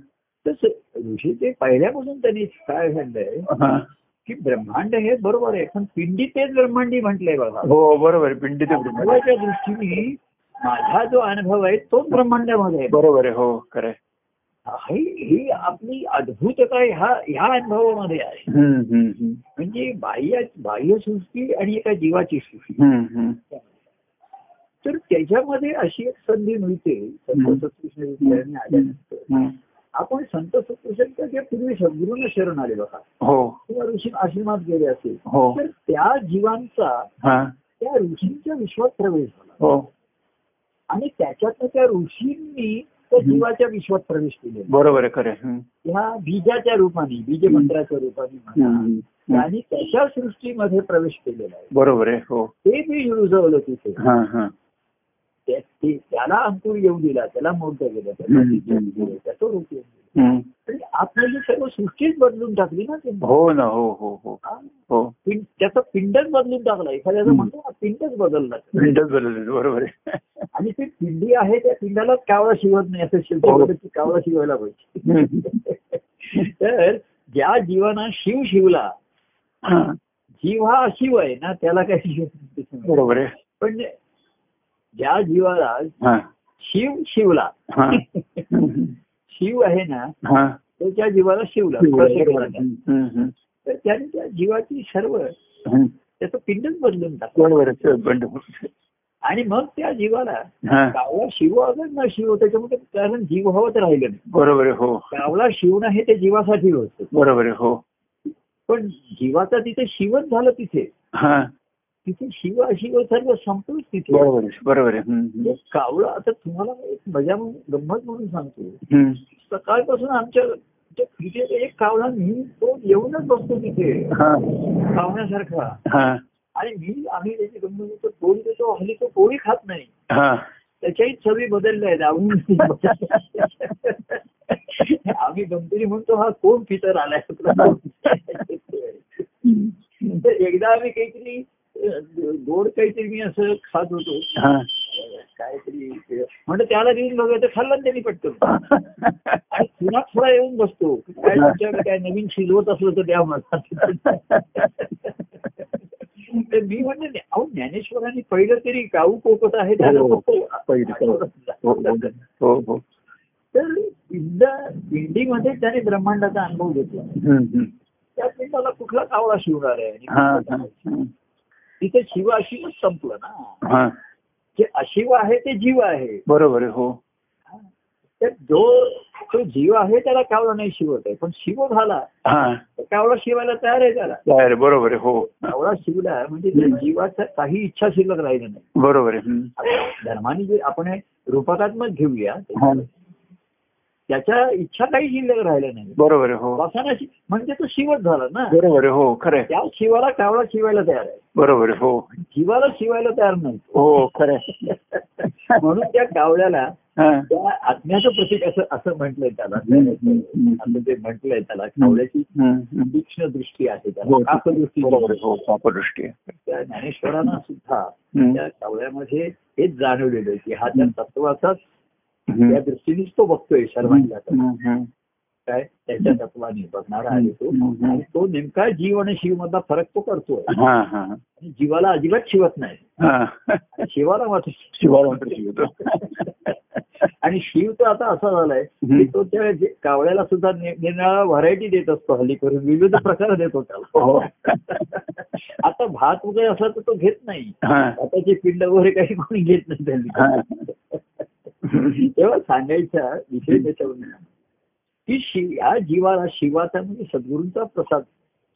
तसं ऋषी ते पहिल्यापासून त्यांनी काय सांगलंय
हा.
की ब्रह्मांड हे बरोबर आहे पण पिंडी तेच ब्रह्मांडी म्हटलंय बघा
हो बरोबर आहे. पिंडी ते ब्रह्मांड आहे.
अनुभवाच्या दृष्टीने माझा जो अनुभव आहे तोच ब्रह्मांडामध्ये आहे
बरोबर आहे हो खरं आहे.
ही ही आपली अद्भुतता ह्या ह्या अनुभवामध्ये आहे
हम्म, हम्म, हम्म.
म्हणजे बाह्य बाह्य सृष्टी आणि एका जीवाची सृष्टी
हम्म, हम्म.
तर त्याच्यामध्ये अशी एक संधी मिळते
हम्म.
संत सत्कृष्ण विचाराने आल्यानंतर
हम्म. आपण
आपण संत सत्कृष्णाच्या पूर्वी सद्गुरूंना शरण आले बघा
हो
किंवा ऋषी आश्रमात गेले असेल
हो
तर त्या जीवांचा
हा
त्या ऋषींच्या विश्वात प्रवेश झाला
हो
आणि त्याच्यातनं त्या ऋषींनी त्या
हम्म.
जीवाच्या विश्वात प्रवेश केलेला
बरोबर आहे खरं आहे. हम्म.
ह्या बीजाच्या रूपाने बीजमंत्राच्या रूपाने म्हणा
हम्म. हम्म.
त्यांनी त्याच्या सृष्टीमध्ये प्रवेश केलेला आहे
बरोबर आहे हो
ते बीज रुजवलं तिथे
हा हा
ते- ते- त्याला अंकुर येऊ दिला त्याला मोठं गेलं त्याला
हम्म,
बीज
हम्म,
दिलं, त्याचं रूप येऊ दिलं.
हम्म.
आणि आपल्याला सर्व सृष्टीच बदलून टाकली ना ते
हो ना हो हो हो हो
पिंड त्याचं पिंडच बदलून टाकला एखाद्याचं
हम्म.
म्हणतो ना पिंडच बदलला
मिनिटच बदलले बरोबर आहे
आणि ती पिंडी आहे त्या पिंडाला कावळा शिवत नाही असं
हो.
शिवतो ती कावळा शिवायला पाहिजे तर ज्या जीवाना शिव शिवला
हा.
जीव हा शिव आहे ना त्याला काही शिव नाही.
बरोबर आहे
पण ज्या जीवाला
हा
शिव शिवला
हा हम्म.
शिव आहे ना
हा
तो त्या जीवाला शिवला
बरोबर आहे. हम्म, हम्म.
तर त्याने त्या जीवाची सर्व
हम्म.
त्याचं पिंडच बदलून टाकलं
बरोबर आहे बंड-
आणि मग त्या जीवाला
हा
कावळा शिव अगर न शिव त्याच्यामध्ये कारण जीव हवंच राहिलं नाही
बरोबर आहे हो
कावळा शिवणं हे ते जीवासाठी होतं
बरोबर आहे हो
पण जीवाचा तिथे शिवच झालं तिथे
हा
तिथे शिव अशिव सर्व संपलंच तिथे
बरोबर आहे बरोबर आहे हम्म, हम्म.
म्हणजे कावळा आता तुम्हाला एक मजा म्हणून गंमत म्हणून सांगतो
हम्म.
सकाळपासून आमच्या आमच्या तिथे एक कावळा मी तो येऊनच बसतो तिथे
हा
कावण्यासारखा
हा
आणि मी आम्ही त्याची गंमत म्हणतो पोळी देतो हल्ली तो पोळी खात नाही
हा
त्याच्याही छवी बदलल्या आहेत आवून आम्ही गमतीने म्हणतो हा कोण फितर आलाय तर
हम्म.
एकदा आम्ही काहीतरी अ, गोड काहीतरी मी असं खात होतो
हा.
काहीतरी म्हणजे त्याला देऊन बघायचं खाल्लं आणि त्यांनी पटकन आणि पुन्हा थोडा येऊन बसतो काय तुमच्याकडे काय नवीन शिजवत असलं तर द्या मला तर मी म्हणलं नाही, अहो ज्ञानेश्वरांनी पहिलं तरी गाऊ कोकत आहे त्याला
हो,
फक्त
पहिलं. हो, हो,
आठवलं.
हो हो
तर पिंडा पिंडीमध्ये त्याने ब्रह्मांडाचा अनुभव घेतला
हम्म, हम्म.
त्या पिंडाला कुठला कावळा शिवणार आहे आणि
हा,
कुठला
हा,
काय? तिथे शिव अशिवच संपलं ना
हा. हा,
जे अशिव आहे ते जीव आहे
बरोबर आहे हो
तर जो तो जीव आहे त्याला कावळा नाही शिवत आहे पण शिव झाला
हा
तर कावळा शिवायला तयार आहे त्याला
बाहेर बरोबर आहे हो
कावळा शिवला म्हणजे त्या जीवाचा काही इच्छा शिल्लक राहिलं नाही
बरोबर आहे हम्म.
आता धर्माने जे आपण हे रूपकात्मक घेऊया
हा,
त्याच्या इच्छा काही शिल्लक राहिल्या नाही
बरोबर आहे हो
वासना शि- म्हणजे तो शिवच झाला ना
बरोबर आहे हो खरं आहे
त्या शिवाला कावळा शिवायला तयार आहे
बरोबर आहे हो
जीवाला शिवायला तयार नाही
हो खरं आहे
म्हणून त्या कावळ्याला
हा.
त्या आत्म्याचं प्रतीक असं असं म्हटलंय त्याला
हम्म, हम्म, हम्म.
असं ते म्हटलंय त्याला कावळ्याची
हम्म, हम्म.
तीक्ष्ण दृष्टी आहे
हो.
त्याला काकदृष्टी
बरोबर आहे,
जी
हो पापदृष्टी आहे.
त्या ज्ञानेश्वरांना सुद्धा
हम्म.
त्या कावळ्यामध्ये हेच जाणवलेलं आहे की हा त्या तत्वाचाच
हम्म.
त्या दृष्टीनेच तो बघतोय सर्वांना
हम्म, हम्म.
काय त्याच्या तत्वाने बघणारा आहे तो
हम्म, हम्म.
आणि तो नेमका जीव आणि शिव मधला फरक तो करतोय
हा हा
आणि जीवाला अजिबात शिवत नाही
हा
आणि शिवाला मात्र
शिवाला मात्र शिवतो
आणि शिव तर आता असा झालाय की
हम्म.
तो त्या जे- कावळ्याला सुद्धा नि- निरनिराळ्या व्हरायटी देत असतो हल्ली करून विविध प्रकार देतो
हो.
त्याला आता भात वगैरे असला तर तो घेत नाही
हा
भाताची पिंड वगैरे काही कोणी घेत नाही त्यांनी
हा.
तेव्हा सांगायचा विषय त्याच्यावर नाही. की शिव या जीवाला शिवाचा म्हणजे सद्गुरूंचा प्रसाद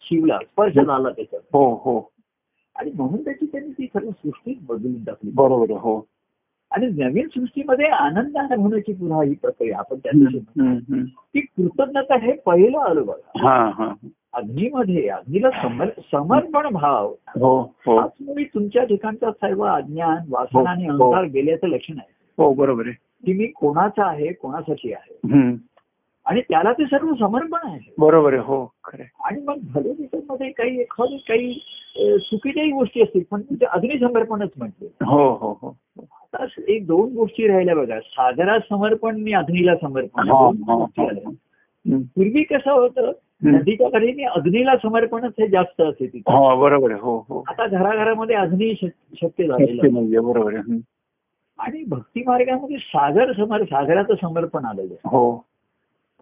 शिवला स्पर्श झाला त्याच्यावर
हो हो
आणि म्हणून त्याची त्यांनी ती सर्व सृष्टी बदलून टाकली
बरोबर आहे, हो
आणि नवीन सृष्टीमध्ये आनंद होण्याची पुन्हा ही प्रक्रिया आपण त्या दिवशी म्हणतो.
हम्म, हम्म.
ती कृतज्ञता हे पहिलं आलं बघा
हा हा
अग्नीमध्ये अग्नीला समर समर्पण भाव
हो हो
हाच मुळी तुमच्या ठिकाणचा सर्व अज्ञान
हो,
वासना आणि
हो.
अंधार गेल्याचं लक्षण आहे
हो बरोबर आहे
की मी कोणाचा आहे कोणासाठी आहे
हम्म.
आणि त्याला ते सर्व समर्पण आहे
बरोबर आहे हो खरं आहे.
आणि मग भले त्याच्यामध्ये काही एखादी काही अ, चुकीच्याही गोष्टी असतील पण ते अग्निसमर्पणच म्हटले
हो हो हो
आता एक दोन गोष्टी राहिल्या बघा सागरा समर्पण मी अग्नीला समर्पण
हा,
दोन
हा,
गोष्टी
हा.
आल्या.
हम्म.
पूर्वी कसं होतं
हो, हम्म.
नदीच्या कडेने अग्नीला समर्पणच हे जास्त असे तिथे
हो बरोबर आहे हो हो
आता घराघरामध्ये अग्नी श- शक्य झालेलं
नक्की नाहीये,
आहे.
म्हणजे बरोबर आहे हम्म.
आणि भक्ती मार्गामध्ये सागर समर सागराचं समर्पण आलेलं आहे
हो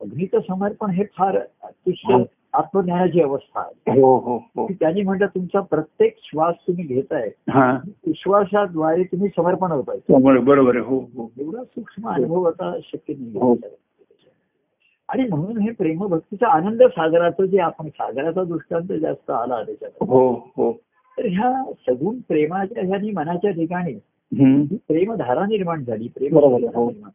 अग्नीचं समर्पण हे फार
हो.
अतिशय आत्मज्ञानाची अवस्था आहे
हो हो हो
की त्यांनी म्हणलं तुमचा प्रत्येक श्वास तुम्ही घेताय
हा
श्वासाद्वारे तुम्ही समर्पण होताय
त्यामुळे बरोबर आहे हो हो
एवढा सूक्ष्म अनुभव आता शक्य नाही
हो.
आणि म्हणून हे प्रेमभक्तीचा आनंद सागराचं जे आपण सागराचा दृष्टांत जास्त आला त्याच्यात
हो हो
तर ह्या सगुण प्रेमाच्या ह्यानी मनाच्या ठिकाणी
हम्म.
ही प्रेमधारा निर्माण झाली प्रेम
बरोबर आहे, हो.
निर्माण झाली.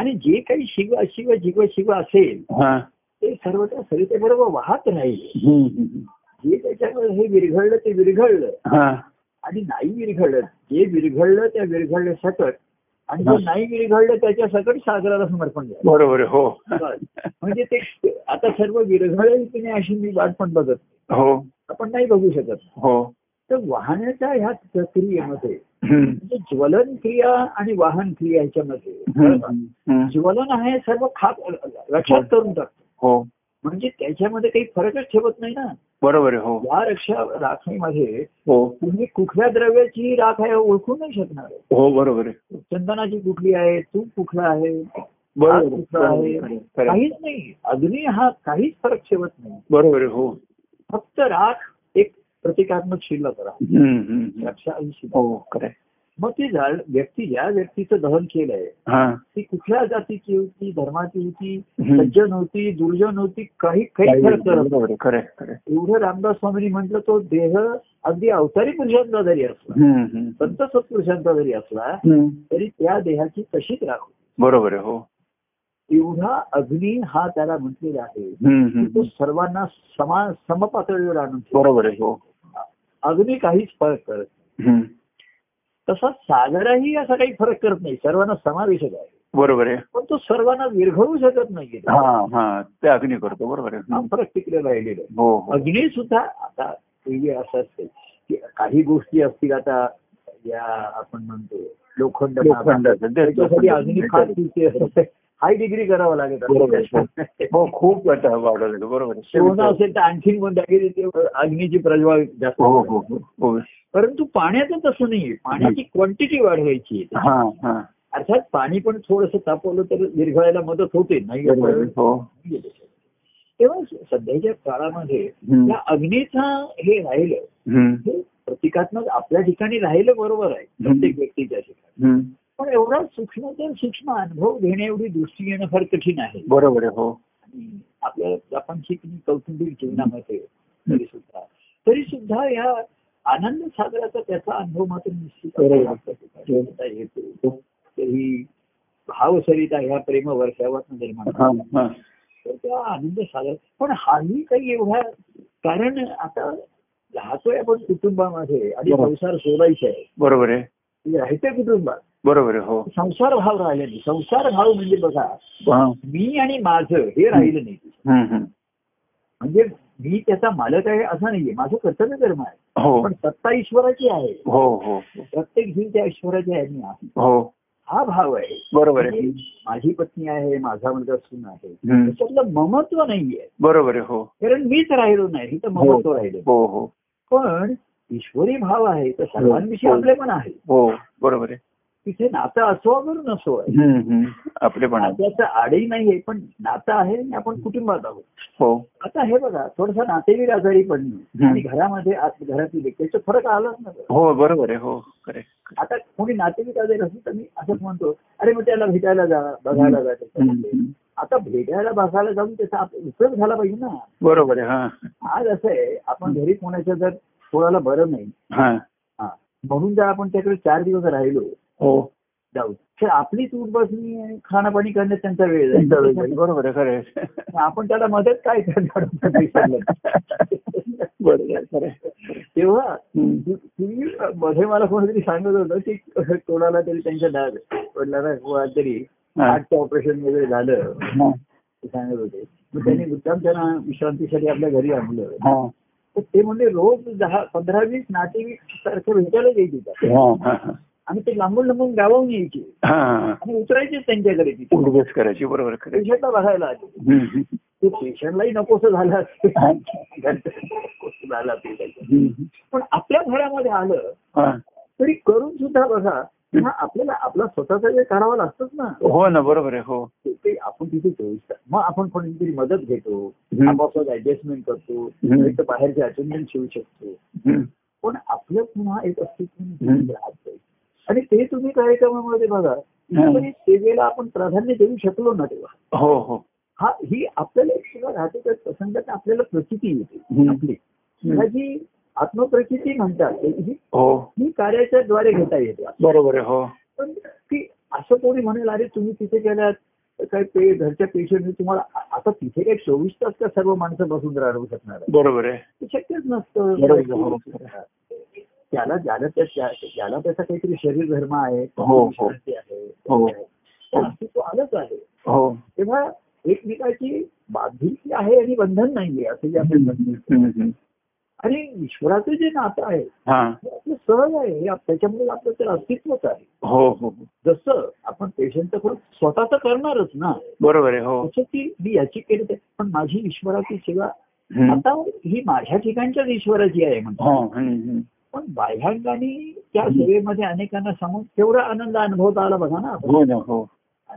आणि जे काही शिव शिव जीव शिव असेल
हा
ते सर्व त्या सरितेबरोबर वाहत राहील
हम्म, हम्म.
जे त्याच्यावर हे विरघळलं ते विरघळलं
हा
आणि नाही विरघळलं जे विरघळलं त्या विरघळलं सकट आणि जे
हा.
नाही विरघळलं त्याच्या सकट सागराला समर्पण झालं
बरोबर आहे, हो
बस. म्हणजे ते आता सर्व विरघळेल की नाही अशी मी वाट पण बघत
हो
आपण नाही बघू शकत
हो
तर वाहण्याच्या ह्या क्रियेमध्ये
हम्म.
म्हणजे ज्वलन क्रिया आणि वाहन क्रिया ह्याच्यामध्ये
हम्म, हम्म.
ज्वलन आहे सर्व खाप लक्षात करून टाकतो
हो
म्हणजे त्याच्यामध्ये काही फरकच ठेवत नाही ना
बरोबर आहे, हो
या रक्षा राखणीमध्ये
हो
तुम्ही कुठल्या द्रव्याची राख आहे ओळखू नाही शकणार
हो बरोबर आहे
चंदनाची कुठली आहे तूप कुठला आहे
बरोबर
हात
आहे,
कुठला आहे
बरोबर आहे, खरं आहे.
काहीच नाही अग्नी हा काहीच फरक ठेवत नाही
बरोबर आहे, हो
फक्त राख एक प्रतिकात्मक शिल्लक राख
हम्म, हम्म, हम्म.
रक्षा आणि शिल्लक.
हो खरं आहे.
मग ती झाड व्यक्ती ज्या व्यक्तीचं दहन केलंय
हा
ती कुठल्या जातीची होती धर्माची होती
हम्म.
सज्जन होती दुर्जन होती काही काही फरक करत नाही.
बरोबर आहे, खरं आहे, खरं आहे.
एवढं रामदास स्वामींनी म्हटलं तो देह अगदी अवतारी पुरुषांचा जरी असला
हम्म, हम्म.
संत सत्पुरुषांचा जरी असला
हम्म.
तरी त्या देहाची तशीच राख होती.
बरोबर आहे, हो
एवढा अग्नी हा त्याला म्हटलेला आहे
हम्म,
की
हम्म.
तो सर्वांना समान समपातळीवर आणून ठेवतो.
बरोबर आहे, हो
अग्नी काहीच फरक करत नाही.
हम्म.
तसा सागरही असा काही फरक करत नाही सर्वांना समावेशक आहे
बरोबर आहे
पण तो सर्वांना विरघळू शकत नाहीये
हा हा ते अग्नी करतो बरोबर आहे
हा
हम्म.
फरक तिकडे राहिलेला आहे.
हो हो
अग्नी सुद्धा आता पूर्वी असं असते की काही गोष्टी असतील आता या आपण म्हणतो लोखंड
लोखंडाचं, ते
त्याच्यासाठी
लोखंड.
अग्नी फार तिथे हाय डिग्री करावं लागत असतं.
बरोबर. हो खूप वाटा वाढवलं लागलं बरोबर
सोनं असेल तर आणखीन कोणत्या की ते अग्नीची प्रज्वा जास्त
हो हो हो हो
परंतु पाण्याचं तसं नाहीये पाण्याची क्वांटिटी वाढवायची आहे.
हा हा
अर्थात पाणी पण थोडंसं तापवलं तर विरघळायला मदत होते नाही
बरोबर.
गेलं
हो
तर. तेव्हा सध्याच्या काळामध्ये
हम्म.
या अग्नीचा हे राहिलं
हम्म.
हे प्रतिकात्मक आपल्या ठिकाणी राहिलं बरोबर आहे प्रत्येक व्यक्तीच्या ठिकाणी
हम्म.
पण एवढा सूक्ष्म तर सूक्ष्म अनुभव घेणे एवढी दृष्टी येणं फार कठीण आहे
बरोबर आहे हो
आणि आपल्या जपानची किती कौटुंबिक जीवनामध्ये तरी सुद्धा तरी सुद्धा या आनंद सागराचा त्याचा अनुभव मात्र निश्चित
बरोबर.
आपल्याला आपल्या ठिकाणी घेता येतो तर ही भावसरिता ह्या प्रेम वर्षावर निर्माण
हा
होते.
हा
तर त्या आनंद सागर पण हाही काही एवढा कारण आता राहतोय आपण कुटुंबामध्ये आणि
बरोबर.
संसार सोडायचे आहे
बरोबर आहे
म्हणजे राहतोय कुटुंबात
बरोबर आहे हो
संसार भाव राहिले नाही संसार भाव म्हणजे बघा
हा.
मी आणि माझं हे राहिलं नाही
हम्म, हम्म.
म्हणजे मी त्याचा मालक आहे असं नाहीये माझं कर्तव्य धर्म आहे
हो
पण सत्ता ईश्वराची आहे
हो हो हो.
प्रत्येक जीव त्या ईश्वराची आहे मी आहे
हो
हा भाव आहे
बरोबर आहे
म्हणजे माझी पत्नी आहे माझा मुलगा सून आहे
हम्म.
त्याच्यातलं ममत्व नाहीये
बरोबर आहे हो
कारण मीच राहिलो नाही हे तर ममत्व राहिलं
हो हो
पण ईश्वरी भाव आहे तर सर्वांविषयी
हो.
आपले पण आहे
हो बरोबर आहे
तिथे नातं असो अगर नसो आहे
हम्म, हम्म. आपले पण आहे.
नात्याचं आडही नाहीये पण नातं आहे आणि आपण कुटुंबात आहोत
हो
आता हे बघा थोडंसं नातेवाईक आजारी पडणं आणि घरामध्ये आत- घरातील त्याचा फरक आलाच ना
हो बरोबर आहे हो करेक्ट
आता कोणी नातेवाईक आजारी असेल तर मी असंच म्हणतो अरे मग त्याला भेटायला जा बघायला जा त्याच्यामध्ये. आता भेटायला बघायला जाऊन त्याचा आप- उपयोग झाला पाहिजे ना
बरोबर आहे हा
आज असं आहे आपण घरी कोणाच्या जर कोणाला बरं नाही
हा
हा. म्हणून जर आपण त्याकडे चार दिवस राहिलो
हो
जाऊ तर आपली चूक बसून खाणं पाणी करण्यात त्यांचा वेळ
एकदा वेळ
जाईल
जाईल. बरोबर आहे खरं आहे.
आपण त्याला मदत काय करणार
बरोबर आहे, खरं आहे.
तेव्हा
हम्म.
तुम्ही मध्ये मला कोणीतरी सांगत होतं की कोणाला तरी त्यांच्या डा- वडिलांना कोणाला तरी
हा.
हार्टचं ऑपरेशन वगैरे झालं
हा.
ते सांगत होते मग त्यांनी मुद्दाम त्यांना विश्रांतीसाठी आपल्या घरी आणलं
हा.
तर ते म्हणजे रोज दहा पंधरा वीस नातेवाईक सारखं भेटायला यायची तिथं.
हा. हा.
आणि ते लांबून लांबून गावाहून यायचे
हा. हा.
आणि उतरायचेच त्यांच्याकडे तिथे
उठबस करायची बरोबर आहे, खरं आहे.
पेशंटला बघायला आले
हम्म.
ते पेशंटलाही नकोसं झालं असेल.
हा.
घरच्यांना नकोसं झालं असेल त्याचं.
हम्म.
पण आपल्या घरामध्ये आलं
हा.
तरी करून सुद्धा बघा हा आपल्याला आपला स्वतःचा वेळ काढावा लागतोच ना
हो ना बरोबर आहे हो
ते- ते आपण तिथे चोवीस तास मग आपण कोणीतरी मदत घेतो
हम्म.
आपापसात ऍडजस्टमेंट करतो
हम्म.
एक तर बाहेरचे अटेंडन्स शिवू शकतो
हम्म.
पण आपलं पुन्हा एक अस्तित्व
हम्म.
राहत नाही. आणि ते तुम्ही कार्यक्रमामध्ये बघा
हम्म.
तरी सेवेला आपण प्राधान्य देऊ शकलो ना तेव्हा
हो हो
हा ही आपल्याला एक सेवा राहते त्या प्रसंगात आपल्याला प्रचिती येते
हम्म.
आपली
हम्म.
ह्या जी आत्मप्रचिती म्हणतात ही
हो
ही कार्याच्या द्वारे घेता येते
बरोबर आहे हो
पण ती असं कोणी म्हणेल अरे तुम्ही तिथे गेल्यात तर काय पे घरच्या पेशंटने तुम्हाला आ- आता तिथे काय चोवीस तास का सर्व माणसं बसून राहू शकणार आहे?
बरोबर आहे
ते शक्यच
बरोबर, हो.
नसतं त्याला ज्याला त्या त्या- ज्याला त्याचा काहीतरी शरीर धर्म आहे
हो, हो.
शांती आहे
हो.
ते अस्तित्व आलंच आहे
हो
तेव्हा एकमेकाची बांधिलकी आहे आणि बंधन नाहीये असं जे आपण म्हणतो
हम्म. हम्म.
आणि ईश्वराचं जे नातं आहे
हा
हे आपलं सहज आहे हे आप- त्याच्यामुळे आपलं तर अस्तित्वच आहे
हो हो
जसं आपण पेशंटचं करून स्वतः तर करणारच ना
बरोबर आहे हो
तसं ती मी याची केली ते- पण माझी ईश्वराची सेवा
हम्म.
आता ही माझ्या ठिकाणच्याच ईश्वराची आहे म्हणतो
हा. हम्म. हम्म.
पण बाह्यांगाने त्या सेवेमध्ये अनेकांना समोर तेवढा आनंद अनुभवता आला बघा ना आपण.
हो ना हो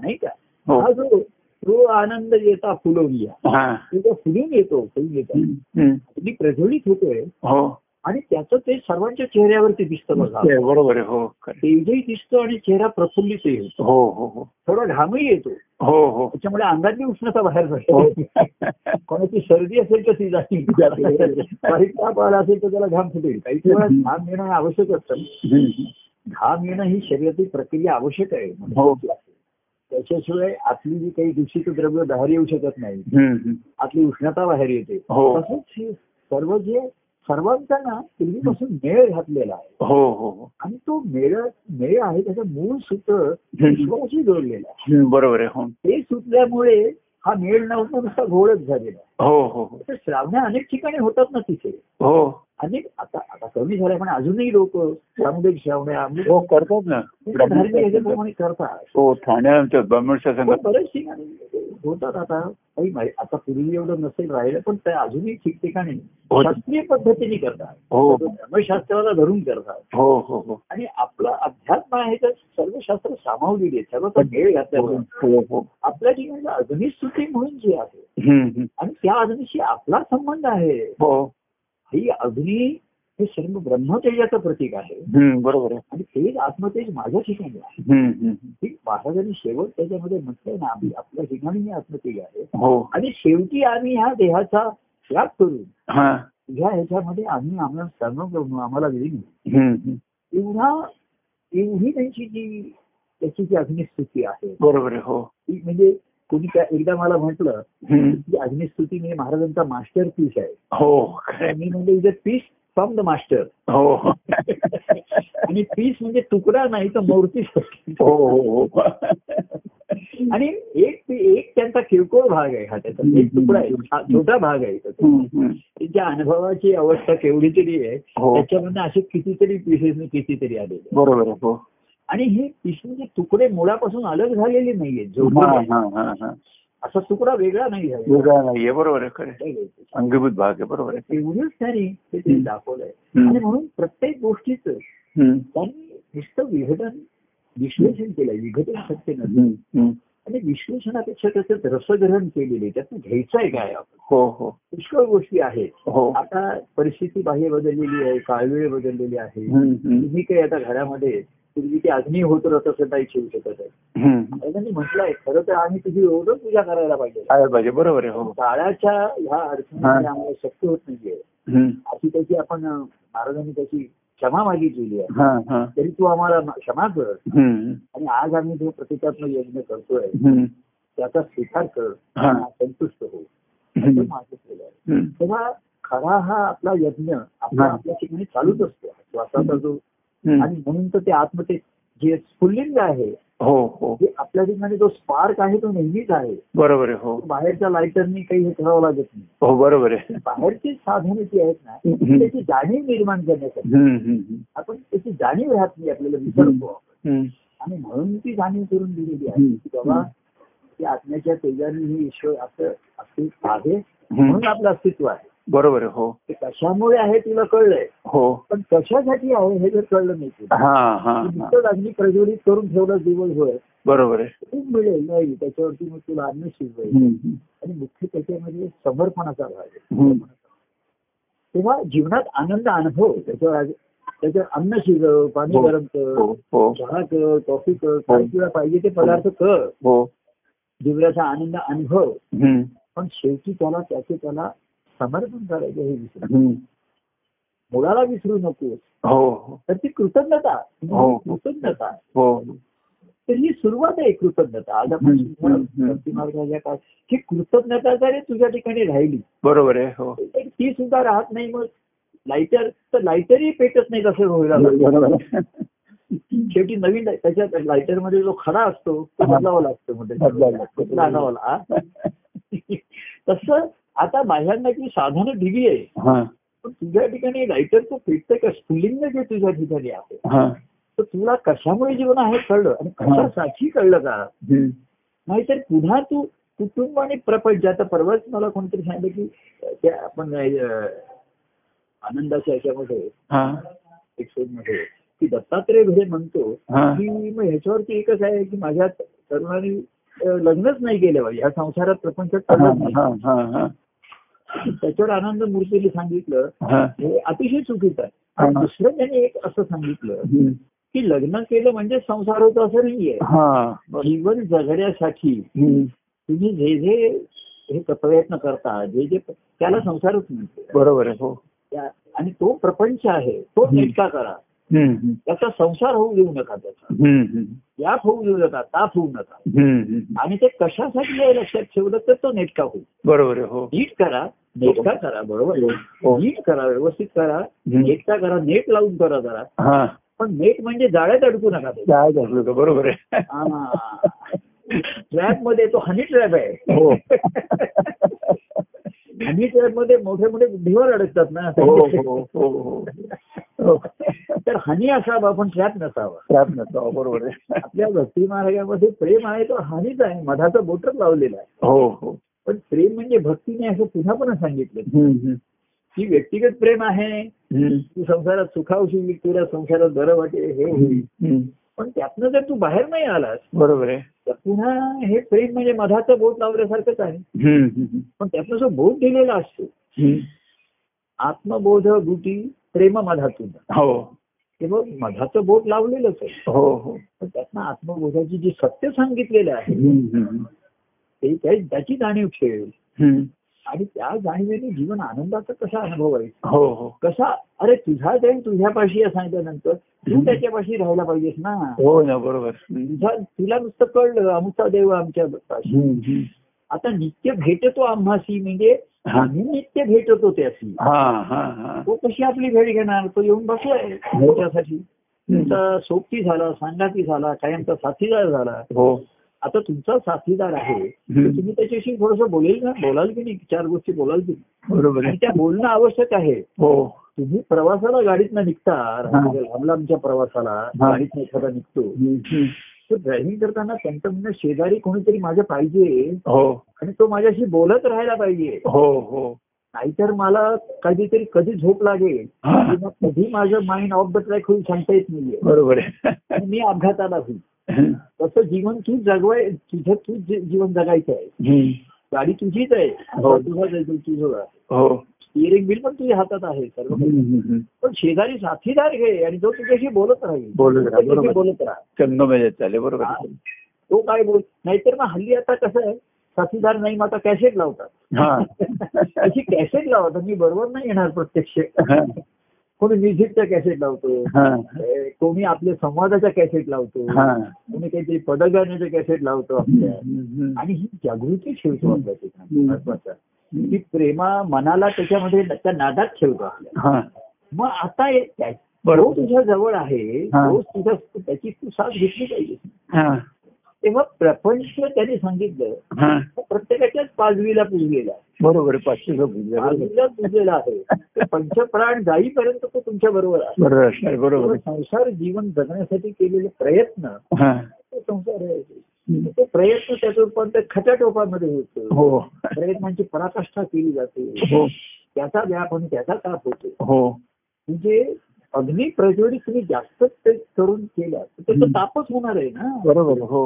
नाही का
हो
हा जो तो आनंद येता फुलवूया
हा
तुझा फुलून येतो फुलून येतो
हम्म. हम्म.
मी प्रज्वलित होतोय
हो
आणि त्याचं ते सर्वांच्या चेहऱ्यावरती दिसतं बघा
ते बरोबर आहे हो खरं.
तेजही दिसतं आणि चेहरा प्रफुल्लितही होतो
हो हो हो
थोडा घामही येतो
हो हो
त्याच्यामुळे अंगातली उष्णता बाहेर पडते
हो
कोणाची सर्दी असेल तर ती जाती काही ताप आला असेल तर त्याला घाम फुटेल काही वेळा घाम येणं हे आवश्यक असतं
हम्म.
घाम येणं ही शरीरातील प्रक्रिया आवश्यक आहे
हो.
त्याच्याशिवाय आतली जी काही दूषित द्रव्य बाहेर येऊ शकत नाही
हम्म.
आतली उष्णता बाहेर येते
हो.
तसंच हे सर्व जे सर्वांचा ना पूर्वीपासून मेळ घातलेला आहे
हो हो हो
आणि तो मेळ मेळ आहे त्याचं मूळ सूत्र ईश्वराशी जोडलेलं आहे
हम्म. बरोबर आहे हो
ते सुटल्यामुळे हा मेळ नव्हता नुसता घोळच झालेला आहे.
हो हो हो
तर श्रावण्या अनेक ठिकाणी होतात ना तिथे
हो
अनेक आता आता कमी झाल्या पण अजूनही लोक सामुदायिक श्रावण्या म्हणजे
हो करतात ना
धार्मिक ह्याच्याप्रमाणे करतात
हो ठाण्याला आमच्या ब्राह्मणच्या
हो,
संघात
बरेच ठिकाणी होतात आता काही माहि- आता पूर्वी एवढं नसेल राहिलं पण त्या अजूनही ठिकठिकाणी
हो.
शास्त्रीय पद्धतीने करतात
हो
धर्मशास्त्राला धरून करतात
हो हो हो
आणि आपला अध्यात्म आहे तर सर्व शास्त्र सामावलेली आहे सर्व मेळ घातल्यामुळे
हो, हो.
आपल्या ठिकाणी अग्निस्तुती म्हणून जी आहे
हम्म, हम्म.
आणि त्या अग्नीशी आपला संबंध आहे
हो
ही अग्नी हे सर्व ब्रह्मतेजाचं प्रतीक आहे
हम्म, बरोबर आहे
आणि तेच आत्मतेज माझ्या ठिकाणी आहे
हम्म, हम्म.
ठीक महाराजांनी शेवट त्याच्यामध्ये म्हटलंय ना आम्ही आपल्या ठिकाणी मी आत्मतेज आहे
हो
आणि शेवटी आम्ही ह्या देहाचा त्याग करून
हा
ह्या ह्याच्यामध्ये आम्ही आम्हाला सर्व ब्रह्म आम्हाला विलीन होऊ.
हम्म, हम्म.
एवढा एवढी त्यांची जी त्याची जी अग्निस्तुती आहे
बरोबर आहे हो
ती म्हणजे कोणी त्या एकदा मला म्हटलं
हम्म.
की अग्निस्तुती म्हणजे महाराजांचा मास्टर पीस आहे
हो खरं
तर
आहे.
मी म्हणजे is a piece from the master
हो हो
आणि पीस म्हणजे तुकडा नाही तर मूर्ती
हो हो
आणि एक ते एक त्यांचा किरकोळ भाग आहे हा त्याचा एक तुकडा आहे हा छोटा भाग आहे त्याचा.
हम्म, हम्म.
त्यांच्या अनुभवाची अवस्था केवढी तरी आहे
हो.
त्याच्यामध्ये असे कितीतरी पीसेस कितीतरी आलेले
बरोबर आहे हो
आणि हे पीस म्हणजे तुकडे मुळापासून अलग झालेले नाहीये
हा हो.
जोडलेले
हा हा हा
असा तुकडा वेगळा नाही झाला
वेगळा नाहीये बरोबर आहे खरं आहे.
तर
अंगभूत भाग आहे बरोबर आहे
तेवढंच त्यांनी ते ते दाखवलंय
हम्म.
आणि म्हणून प्रत्येक गोष्टीचं
हम्म.
त्यांनी नुसतं विघटन विश्लेषण केलंय विघटन शक्य नसतं
हम्म, हम्म.
आणि विश्लेषणापेक्षा त्याचं रसग्रहण केलेले त्यातून घ्यायचंय काय आपण
हो हो
पुष्कळ गोष्टी आहेत
हो
आता परिस्थिती बाह्य बदललेली आहे काळवेळ बदललेली आहे
हम्म, हम्म.
तुम्ही काही आता घरामध्ये पूर्वी ते अग्नी होत राहत असं नाही ठेवू शकत आहे
हम्म.
त्यांनी म्हटलंय खरं तर आम्ही तुझी रोजच पूजा करायला पाहिजे
आलं पाहिजे बरोबर आहे हो
काळाच्या ह्या अडचणीमध्ये आम्हाला शक्य होत नाहीये
हम्म.
अशी त्याची आपण अं, महाराजांनी त्याची क्षमा मागितलेली आहे
हा हा
तरी तू आम्हाला मा- क्षमा कर
हम्म.
आणि आज आम्ही जो प्रतिकात्मक यज्ञ करतोय
हम्म.
त्याचा स्वीकार कर
हा.
आणि संतुष्ट हो असं
हम्म.
मागितलेलं आहे
हम्म.
तेव्हा खरा हा आपला यज्ञ आपला
हा.
आपल्या ठिकाणी चालूच असतो श्वासाचा जो
हम्म.
आणि म्हणून तर ते आत्मते जे स्फुल्लिंग आहे
हो हो
जे आपल्या ठिकाणी जो स्पार्क आहे तो नेहमीच आहे
बरोबर आहे हो
तो बाहेरच्या लायटरनी काही हे करावं लागत नाही
हो बरोबर आहे
बाहेरची साधने जी आहेत ना
हम्म.
त्याची जाणीव निर्माण करण्यासाठी
हम्म, हम्म,
आपण त्याची जाणीव राहत नाही आपल्याला विसरतो आपण.
हम्म.
आणि म्हणून ती जाणीव करून दिलेली आहे
हम्म.
की बाबा त्या आत्म्याच्या तेजाने हे ईश्वर असं अस्तित्व आहे
हम्म.
म्हणून आपलं अस्तित्व आहे
बरोबर आहे हो
ते कशामुळे आहे तुला कळलंय
हो
पण कशासाठी आहे हे जर कळलं नाही तुला
हा हा
की
हा
नुसतंच अग्नी प्रज्वलित करून ठेवलं दिवसभर
बरोबर आहे
खूप मिळेल नाही त्याच्यावरती मग तुला अन्न शिजवेल
हम्म.
आणि मुख्य त्याच्यामध्ये समर्पणाचा भाग आहे
हम्म.
तेव्हा जीवनात आनंद अनुभव त्याच्यावर आज- त्याच्यावर अन्न शिजव पाणी
हो.
गरम कर
हो हो
चहा कर कॉफी कर काय तुला पाहिजे ते पदार्थ कर
हो
जीवनाचा आनंद अनुभव
हम्म.
पण शेवटी त्याला त्याचे त्याला समर्पण करायचं हे विसर
हम्म.
मुलाला विसरू नकोस
हो हो
तर ती कृतज्ञता
हो.
कृतज्ञता
हो
तर ही सुरुवात आहे कृतज्ञता आज आपण
हम्म,
सुरुवात
हम्म, हम्म.
भक्तिमार्गाच्या काळात की कृतज्ञता जरी तुझ्या ठिकाणी राहिली
बरोबर आहे हो
तर ती सुद्धा राहत नाही मग लायटर तर लायटरही पेटत नाही तसं व्हायला लागलं.
बरोबर आहे.
शेवटी नवीन light- त्याच्यात लायटर मध्ये जो खडा असतो तो
हा.
बदलावा लागतो
बदलावा लागतो.
म्हणजे आणावा ला- तसं आता माझ्यांना साधारण ढिगी आहे
हा
पण तुझ्या ठिकाणी लायटर तो पेटतं का स्फुलिंग जे तुझ्या ठिकाणी आहे
हा
तर तुला कशामुळे जीवन आहे कळलं आणि
हा.
कशासाठी कळलं का
हम्म.
नाहीतर पुन्हा तू कुटुंब आणि प्रपंच आता परवाच मला कोणतरी सांगितलं की अ, त्या आपण अ, आनंदाच्या याच्यामध्ये
हा
एक शोधमध्ये की दत्तात्रय भिडे म्हणतो
हा
की मग ह्याच्यावरती एकच आहे की माझ्या तरुणाने अ, लग्नच नाही केलं पाहिजे ह्या संसारात प्रपंचात
हा
चालत नाही
हा हा हा
त्याच्यावर आनंद मूर्तीने सांगितलं
हा
हे अतिशय चुकीचं आहे आणि दुसरं त्याने एक असं सांगितलं
हम्म.
की लग्न केलं म्हणजे संसार होतो असं नाहीये
हा
जीवन जगण्यासाठी
हम्म.
तुम्ही जे जे हे क- प्रयत्न करता जे जे प- त्याला संसारच म्हणते
बरोबर आहे हो
त्या- आणि तो प्रपंच आहे तो
हं.
नेटका करा
हम्म. हम्म.
त्याचा संसार होऊ देऊ नका त्याचा
हम्म.
याप होऊ देऊ नका ताप होऊ नका
हम्म. हम्म.
आणि ते कशासाठी हे लक्षात ठेवलं तर तो नेटका होईल
बरोबर आहे हो
नीट करा नेटका करा
हो.
बरोबर नीट करा व्यवस्थित करा
हं.
नेटका करा नेट लावून करा जरा
हा
पण नेट म्हणजे जाळ्यात अडकू नका ते
काय झालं होतं बरोबर आहे
ट्रॅप मध्ये तो हनी ट्रॅप आहे
हो
आणि त्यामध्ये मोठे मोठे बुद्धीवर अडकतात ना
हो हो हो हो हो.
तर हानी असावा पण त्यात नसावा
त्यात नसावा, बरोबर आहे
आपल्या भक्ती मार्गामध्ये प्रेम आहे तो हानीच आहे मधाचा बोटच लावलेला आहे
हो हो
पण प्रेम म्हणजे भक्तीने असं पुन्हा पुन्हा सांगितलं
हम्म, हम्म,
की व्यक्तिगत प्रेम आहे
हम्म.
तू संसारात सुखावशील तुला संसारात बरं वाटेल हे होईल
हम्म,
पण त्यातनं जर तू बाहेर नाही आलास
बरोबर आहे
तर पुन्हा हे प्रेम म्हणजे मधाचं बोट लावल्यासारखंच आहे
हम्म, हम्म,
पण त्यातनं जो बोध दिलेला असतो
हम्म.
आत्मबोध दुटी प्रेम मधातून
हो
तेव्हा मधाचं बोट लावलेलंच आहे
हो हो
पण त्यातनं आत्मबोधाची जी सत्य सांगितलेलं आहे
हम्म, हम्म,
ते त्या- त्याची जाणीव ठेवेल
हम्म.
आणि त्या जाणीवेने जीवन आनंदाचा कसा अनुभव आहे
हो हो
कसा अरे तुझा देव तुझ्यापाशी आहे सांगितल्यानंतर तू
हम्म.
त्याच्यापाशी राहायला पाहिजेस ना
हो ना बरोबर हम्म,
तुझा तुला नुसतं कळलं आमचा देव आमच्या पाशी
हम्म, हम्म.
आता नित्य भेटतो आम्हाशी म्हणजे
हा.
आम्ही नित्य भेटतो त्याशी
हा हा हा
तो कशी आपली भेट घेणार तो येऊन बसलाय तुमच्यासाठी
हम्म.
तुमचा सोबती झाला सांगाती झाला कायमचा साथीदार झाला
हो
आता तुमचा साथीदार आहे तर
हम्म.
तुम्ही त्याच्याशी थोडस बोलेल ना बोलाल की नाही चार गोष्टी बोलाल की नाही?
बरोबर
आणि
आहे
त्या बोलणं आवश्यक आहे
हो
तुम्ही प्रवासाला गाडीतनं निघता
हा.
लांब लांबच्या प्रवासाला
हा.
गाडीतनं एखादा निघतो
हम्म, हम्म.
तर ड्रायव्हिंग करताना त्यांचं म्हणणं शेजारी कोणीतरी माझ्या पाहिजे
हो
आणि तो माझ्याशी बोलत राहायला पाहिजे
हो हो
नाहीतर मला कधीतरी कधी झोप लागेल
हा.
किंवा कधी माझं माइंड ऑफ द ट्रॅक होईल सांगता येत नाहीये
बरोबर आहे
आणि मी अपघाताला होईल
हम्म,
तसं जीवन तू जगवाय तुझं तू जे- जीवन जगायचं आहे
हम्म.
गाडी तुझीच आहे
हो.
तुझाच आहे तुझं
हो
स्टिअरिंग बिल पण तुझ्या हातात आहे सर्व काही.
हम्म, हम्म, हम्म.
पण शेजारी साथीदार घे आणि जो तुझ्याशी बोलत राहील
बोलत राहा, बरोबर.
तुझ्याशी बोलत राहा
संगमेश चालेल बरोबर
हा.
आहे.
तो काय बोल नाहीतर मग हल्ली आता कसं आहे साथीदार नाही मग आता कॅसेट
हा
लावतात अशी कॅसेट लावतात मी बरोबर नाही येणार प्रत्यक्ष कोणी म्युझिकच्या कॅसेट लावतो
हा
ए, कोणी आपल्या संवादाच्या कॅसेट लावतो
हा
कोणी काहीतरी पदगाण्याच्या कॅसेट लावतो
हम्म,
आपल्या
हम्म, हम्म.
आणि ही जागृती ठेवतो आपल्या ठिकाणी
हम्म.
महत्वाचं की प्रेमा मनाला त्याच्यामध्ये न- त्या नादात ठेवतो आपल्या
हा
मग आता हे त्या-
बरोबर.
जो तुझ्या जवळ आहे
हा.
तो तुझ्या त्याची तू साथ घेतली पाहिजे
हा
तेव्हा प्रपंच त्यांनी सांगितलं
हा
तो प्रत्येकाच्याच पाचवीला पुजलेला आहे.
बरोबर आहे पाचशे लोक बुजले, बरोबर
पाचवीला पुजलेला आहे तर पंचप्राण जाईपर्यंत तो तुमच्या बरोबर आहे
बरोबर असणार बरोबर
तेव्हा संसार जीवन जगण्यासाठी केलेले प्रयत्न
आहे. हा
तो संसार आहे
हम्म.
ते प्रयत्न त्याचं रूपांतर खटाटोपामध्ये होतं
हो
प्रयत्नांची पराकाष्ठा केली जाते
हो
त्याचा व्याप आणि त्याचा ताप होतो
हो
म्हणजे अग्नी प्रज्वलित तुम्ही जास्त ते करून केला तर त्याचा
हम्म.
तापच होणार आहे ना
बरोबर आहे, हो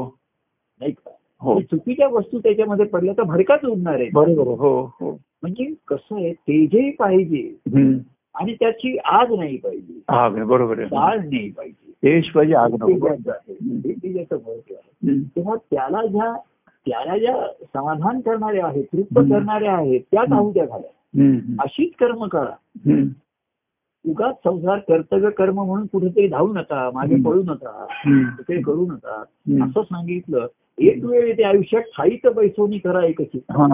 नाही का
हो
आणि चुकीच्या वस्तू त्याच्यामध्ये पडल्या तर भडकाच उडणार आहे
बरोबर आहे, हो हो
म्हणजे कसं आहे तेजही पाहिजे
हम्म.
आणि त्याची आग नाही पाहिजे
आग आहे, बरोबर आहे
डाळ नाही पाहिजे
तेज पाहिजे आग नको बरोबर.
तेजाचं आहे. हे तेजाचं महत्व आहे
हम्म.
तेव्हा त्याला ज्या त्याला ज्या समाधान करणाऱ्या आहेत तृप्त
हम्म.
करणाऱ्या आहेत त्याच
हम्म.
आहुत्या घाला
हम्म.
अशीच कर्म करा
हम्म.
उगाच संसार कर्तव्य कर्म म्हणून कुठेतरी धावू नका मागे
हम्म.
पळू नका
हम्म.
कुठे करू नका
हम्म.
असं सांगितलं एक वेळ येते आयुष्यात ठाईत बैसोनी करा एकचित
हा.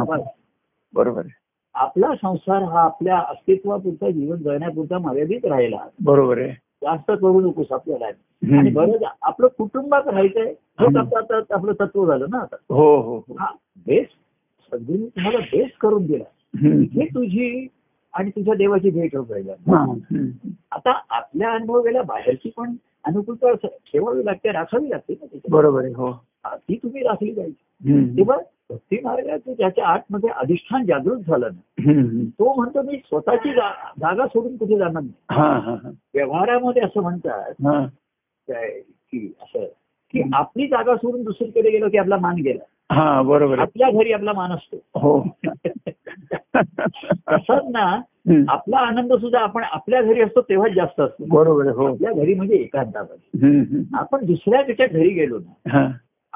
बरोबर आहे
आपला संसार हा आपल्या अस्तित्वापुरता जीवन जगण्यापुरता मर्यादित राहिला
बरोबर आहे
जास्त करू नकोस आपल्याला
हम्म.
आणि बरं आपलं कुटुंबात राहायचंय हेच
हम्म.
आपलं आता आपलं तत्व झालं ना आता
हो हो हो
हा बेस सगळीने तुम्हाला बेस करून दिला
हम्म.
हे तुझी आणि तुझ्या देवाची भेट होत राहिला
हा. हम्म.
आता आपल्या अनुभवाला बाहेरची पण अनुकूलता असं ठेवावी लागते राखावी लागते ना त्याच्यात.
बरोबर आहे हो
हा, ती तुम्ही राखली पाहिजे
हम्म.
तेव्हा भक्ती मार्गाचं ज्याच्या आतमध्ये अधिष्ठान जागृत झालं ना
हम्म.
तो म्हणतो मी स्वतःची जा- जागा सोडून कुठे जाणार नाही
हा हा हा.
व्यवहारामध्ये असं म्हणतात
हा
काय की असं की आपली जागा सोडून दुसरीकडे गेलो की आपला मान गेला
हा बरोबर आहे
आपल्या घरी आपला मान असतो
हो
तसंच ना
हम्म.
आपला आनंद सुद्धा आपण आपल्या घरी असतो तेव्हाच जास्त असतो
बरोबर आहे हो
आपल्या घरी म्हणजे एकांतामध्ये
हम्म. हम्म.
आपण दुसऱ्याच्या घरी गेलो ना
हा.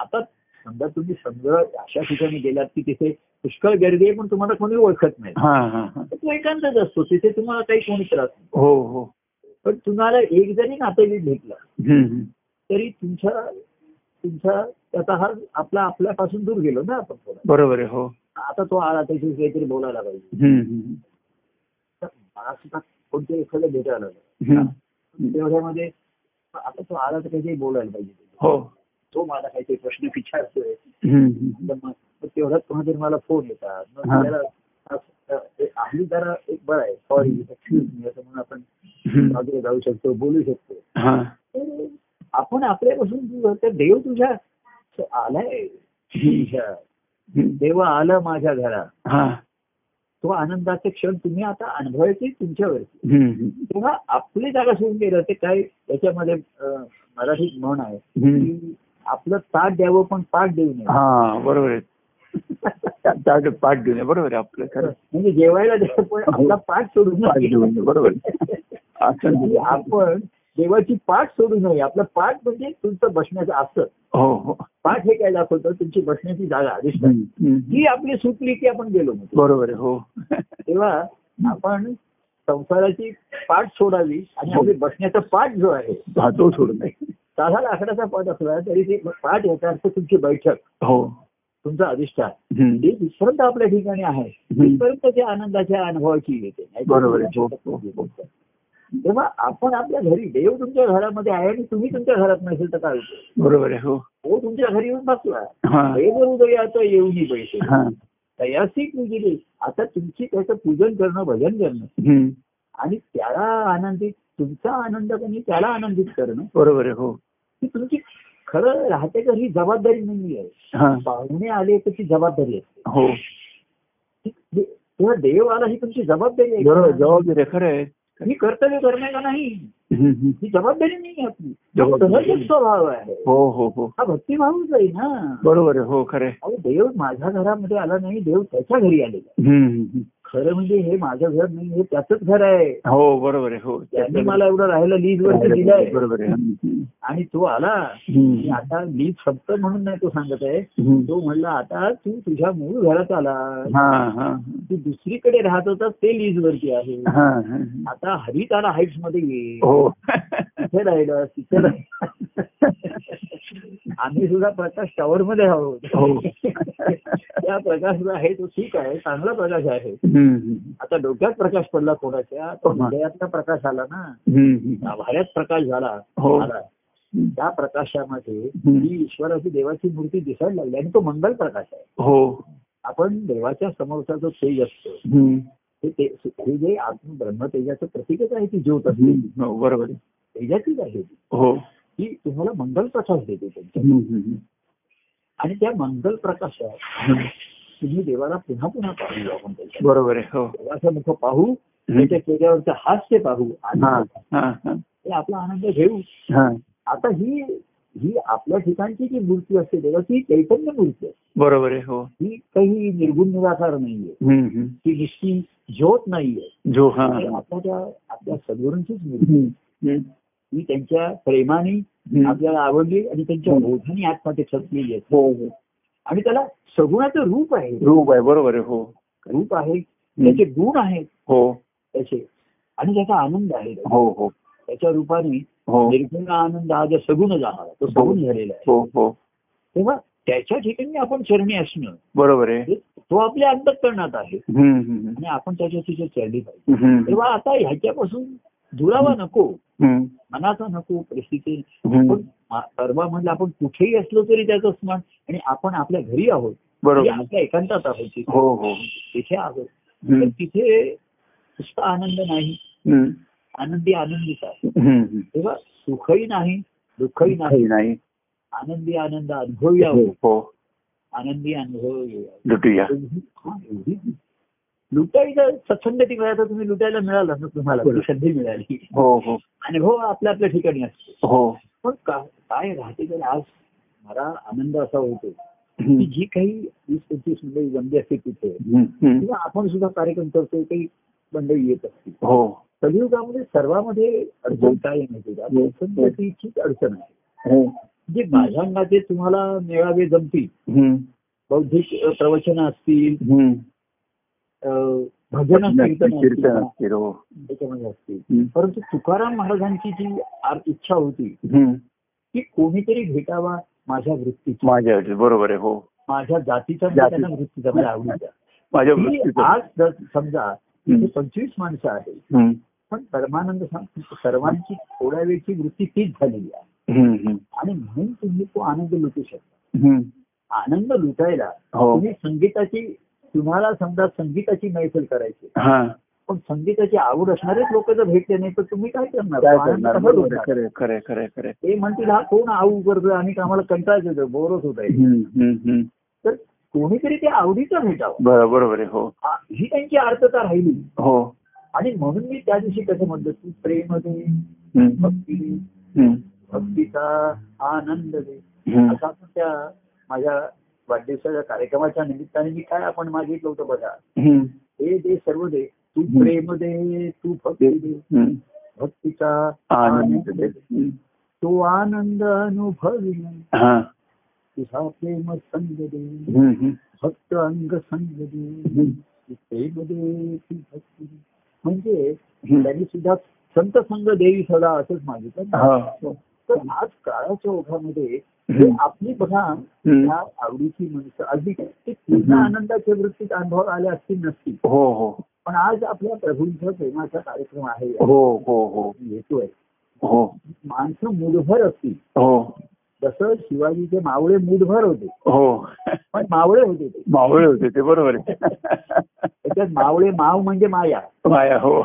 आता समजा तुम्ही समजा अशा ठिकाणी गेलात की तिथे पुष्कळ गर्दी आहे पण तुम्हाला कोणी ओळखत नाही
हा हा हा
तर तो एकांतच असतो तिथे तुम्हाला काही कोणी त्रास नाही
हो हो
पण तुम्हाला एक जरी नातेवाईक भेटला
हम्म.
तरी तुमच्या तुमचा त्याचा हा आपला आपल्यापासून दूर गेलो ना आपण थोडा.
बरोबर आहे हो
आता तो आला त्याच्याशी काहीतरी बोलायला पाहिजे
हम्म.
तर मला सुद्धा कोणत्या एखाद्या भेटायला आलं.
हम्म.
तेवढ्यामध्ये आता तो आला तर काहीतरी बोलायला पाहिजे
हो
तो मला काहीतरी प्रश्न विचारतोय
हम्म.
तर मग तेवढ्यात कोणातरी मला फोन येतात मग
हा.
त्याला आम्ही जरा एक बरं आहे सॉरी एक्सक्यूज मी असं म्हणून आपण मागे जाऊ शकतो बोलू शकतो
हा
तर आपण आपल्यापासून दूर आहोत. तर देव तुझ्या आलाय तुझ्या देव आला माझ्या घरा
हा
तो आनंदाचे क्षण तुम्ही आता अनुभवायचे तुमच्यावरती
हम्म.
तेव्हा आपली जागा सोडून गेलं ते काय त्याच्यामध्ये अं, मराठीत म्हण आहे
हम्म.
की आपलं ताट द्यावं पण पाठ देऊ नये
हा बरोबर आहे त्या- त्या पाठ घेऊन ये. बरोबर आहे आपलं खरं हो.
म्हणजे जेवायला द्यावं पण आपला पाठ सोडू
पाठ घेऊन
नये
ये. बरोबर आहे. आसन
आणि
घेऊन.
आपण देवाची पाठ सोडू नये आपलं पाठ म्हणजे तुमचं बसण्याचं असतं
हो हो
पाठ हे काय दाखवतं तुमची बसण्याची जागा अधिष्ठान
हम्म. हम्म.
ही आपली सुटली की आपण गेलो मग.
बरोबर आहे हो
तेव्हा आपण संसाराची पाठ सोडावी आणि आपली
हो.
बसण्याचा पाठ जो आहे
हा तो सोडू नये
साधा लाकडाचा पाठ असला तरी ते पाठ याचा अर्थ तुमची बैठक
हो
तुमचं अधिष्ठान
हम्म.
जे इथपर्यंत आपल्या ठिकाणी आहे
हम्म.
तिथपर्यंत त्या आनंदाच्या अनुभवाची येते नाही तर
बरोबर आहे.
तुम्हाला
हो, हो, हो.
तेव्हा आपण आपल्या घरी देव तुमच्या घरामध्ये आहे आणि तुम्ही तुमच्या घरात नसेल तर काय होतं?
बरोबर आहे हो
तो तुमच्या घरी येऊन बसला
हा
देव उदयाचा येऊन पैसे
हा
तयासी पूजिले आता तुमची त्याचं पूजन करणं भजन करणं
हम्म.
आणि त्याला आनंदित तुमचा आनंद कमी त्याला आनंदित करणं
बरोबर आहे हो
ही तुमची खरं राहते का ही जबाबदारी नाही आहे
हा
पाहुणे आले तर ती जबाबदारी असते
हो
ती- ती- तेव्हा देव आला ही तुमची जबाबदारी आहे
बरोबर
का?
जबाबदारी आहे, खरं आहे
ही कर्तव्य करणे का नाही
हम्म, हम्म.
ही जबाबदारी नाही आहे आपली
जबाबदारी.
सहजच स्वभाव आहे
हो हो हो
हा भक्तिभावच आहे ना
बरोबर आहे हो खरं आहे
अहो देव माझ्या घरामध्ये आला नाही देव त्याच्या घरी आलेला आहे.
हम्म, हम्म.
खरं म्हणजे हे माझं घर नाही हे त्याचंच घर आहे
हो बरोबर आहे हो
त्यांनी मला एवढं राहायला लीज वरती दिलंय
बरोबर आहे हम्म.
आणि तो आला आणि
हम्म.
आता लीज फक्त म्हणून नाही तो सांगत आहे
हम्म.
तो म्हणला आता तू तुझ्या मूळ घरात आला
हा हा
तू दुसरीकडे राहत होता ते लीज वरती आहे
हा हा.
आता हरिताला हाईट्स मध्ये ये
हो
तिथे राहिलं तिथे राहिलं. आम्ही सुद्धा प्रकाश टॉवर मध्ये आहोत
हो.
त्या प्रकाश जो आहे तो ठीक आहे चांगला प्रकाश आहे
हम्म.
आता डोक्यात प्रकाश पडला कोणाच्या
हो
तर
ना.
हृदयातला प्रकाश आला ना
हम्म.
आभाऱ्यात प्रकाश झाला
हो.
आला त्या प्रकाशामध्ये
हम्म.
ही ईश्वराची देवाची मूर्ती दिसायला लागली आणि तो मंगल प्रकाश आहे
हो
आपण देवाच्या समोरचा जो तेज असतो
हम्म.
ते ते- हे जे आत्म ब्रह्म तेजाचं प्रतीकच आहे ती ज्योत असते
हम्म. हो बरोबर आहे
तेजाचीच आहे ती
हो
ती तुम्हाला मंगल प्रकाश देते त्यांच्या
हम्म. हम्म.
आणि त्या मंगल प्रकाशात
हम्म.
तुम्ही देवाला पुन्हा पुन्हा पाहू आपण त्याच्या
बरोबर आहे हो
देवाचं मुख पाहू
हम्म.
त्याच्या चेहऱ्यावरचं हास्य पाहू
हा
आणि
हा हा
ते आपला आनंद घेऊ
हा
आता ही ही आपल्या ठिकाणची जी मूर्ती असते देवाची ही चैतन्य मूर्ती असते
बरोबर आहे हो
ही काही निर्गुण निराकार नाहीये
हम्म. हम्म.
ती निष्ठी ज्योत नाहीये
जो हा
ती आपल्या त्या आपल्या सद्गुरूंचीच मूर्ती
हम्म. हम्म.
ही त्यांच्या प्रेमाने
हम्म.
आपल्याला आवडली आणि त्यांच्या
हम्म.
बोधाने आतमध्ये छपलेली आहे
हो हो
आणि त्याला सगुणाचं रूप आहे
रूप आहे बरोबर आहे हो
रूप आहे त्याचे गुण आहेत
हो
त्याचे आणि त्याचा आनंद आहे
हो हो
त्याच्या रूपाने
हो
निर्गुण आनंद हा जो सगुण जाणार तो सगुण झालेला आहे
हो हो
तेव्हा त्याच्या ठिकाणी आपण चरणी असणं
बरोबर आहे
हे- तो आपल्या अंतकरणात आहे
हम्म. हम्म.
आणि आपण त्याच्या तिथे चढली पाहिजे
हम्म.
तेव्हा आता ह्याच्यापासून दुरावा नको
हम्म.
मनाचा नको परिस्थिती
हम्म.
पण मा- परवा म्हणलं आपण कुठेही असलो तरी त्याचं स्मरण आणि आपण आपल्या घरी आहोत म्हणजे
बरोबर
आपल्या एकांतात आहोत तिथे.
हो हो
तिथे आहोत तर
हम्म.
तिथे नुसता आनंद नाही
हम्म.
आनंदी आनंदीच आहे
हम्म.
तेव्हा सुखही नाही दुःखही नाही
काही नाही
आनंदी आनंद अनुभव यावं
हो
आनंदी अनुभव यावं
लुटूया
एवढी- हा, एवढी लुटायला सत्संगती मिळाला तुम्ही लुटायला मिळालं ना तुम्हाला
बरोबर.
ती संधी मिळाली
हो हो
अनुभव आपल्या आपल्या ठिकाणी असतो
हो
पण का- काय राहते तर आज मला आनंद असा होतो की
हम्म.
जी काही वीस पंचवीस मंडळी जमली असते तिथे
हम्म.
किंवा आपण सुद्धा कार्यक्रम करतो काही मंडळी येत असते
हो
कलियुगामध्ये सर्वांमध्ये अडचण काय आहे माहिती का
हम्म.
सत्संगतीचीच अडचण आहे
हो
जे माझ्या अंगाचे म्हणजे तुम्हाला मेळावे जमतील
हम्म.
बौद्धिक अ, प्रवचनं असतील
हम्म.
अ, भजनं कीर्तन
कीर्तन
असतील
असतील हो
त्याच्यामध्ये असतील
हम्म.
परंतु तुकाराम महाराजांची जी आर- इच्छा होती
हम्म.
की कोणीतरी भेटावा माझ्या वृत्तीची
माझ्या अडचण. बरोबर आहे हो
माझ्या जातीचा
जाती-
त्यांना वृत्तीचा मला आवडीचा
माझ्या
ही
वृत्तीचं.
आज जर समजा
हम्म.
इथे पंचवीस माणसं आहेत
हम्म.
पण परमानंद सांगतो सर्वांची थोड्या वेळची वृत्ती तीच झालेली आहे
हम्म. हम्म.
आणि म्हणून तुम्ही तो आनंद लुटू शकता
हम्म.
आनंद लुटायला
हो
तुम्ही संगीताची तुम्हाला समजा संगीताची मैफल करायची
हा
पण संगीताची आवड असणारेच लोक जर भेटले नाही तर तुम्ही काय
काय
करणार
करणार
आनंद
बरोबर
होत
आहे.
नाही.
खरं आहे, खरं आहे, खरं आहे, खरं आहे.
ते म्हणतील हा कोण आऊ करतो आणि आम्हाला कंटाळच येतो बोरच होत आहे
हम्म, हम्म, हम्म.
तर कोणीतरी ते आवडीचं भेटावं
बरं, बरोबर आहे हो
आ- ही त्यांची अर्थता राहिली
हो
आणि म्हणून मी त्या दिवशी कसं म्हणलं तू प्रेम दे
हम्म,
भक्ती दे
हम्म,
भक्तीचा आनंद दे
हम्म.
आता आपण त्या माझ्या वाढदिवसाच्या कार्यक्रमाच्या निमित्ताने मी काय आपण मागितलं होतं बघा
हम्म,
हे दे सर्व दे तू
हं.
प्रेम दे तू भक्ती दे
हम्म.
भक्तीचा
आनंद दे. हम्म.
तो आनंद अनुभवी
हा
तुझा प्रेम संग दे
हम्म, हम्म,
भक्त अंग संग दे
हम्म.
तू प्रेम दे तू भक्ती दे म्हणजे
हं.
त्यांनी सुद्धा संत संग देवी सदा असंच मागितलं
हा.
तर आज काळाच्या ओघामध्ये
हं.
आपली बघा
हम्म.
त्या आवडीची माणसं अगदी ते पूर्ण
हं.
आनंदाच्या वृत्तीत अनुभव आले असतील नसतील
हो हो
पण आज आपल्या प्रभूंचा प्रेमाचा कार्यक्रम आहे
हो हो हो
येतोय
हो
माणसं मूडभर असतील
हो
जसं शिवाजीचे मावळे मूडभर होते
हो
पण मावळे होते ते
मावळे होते ते बरोबर आहे
त्याच्यात मावळे माव म्हणजे माया
माया हो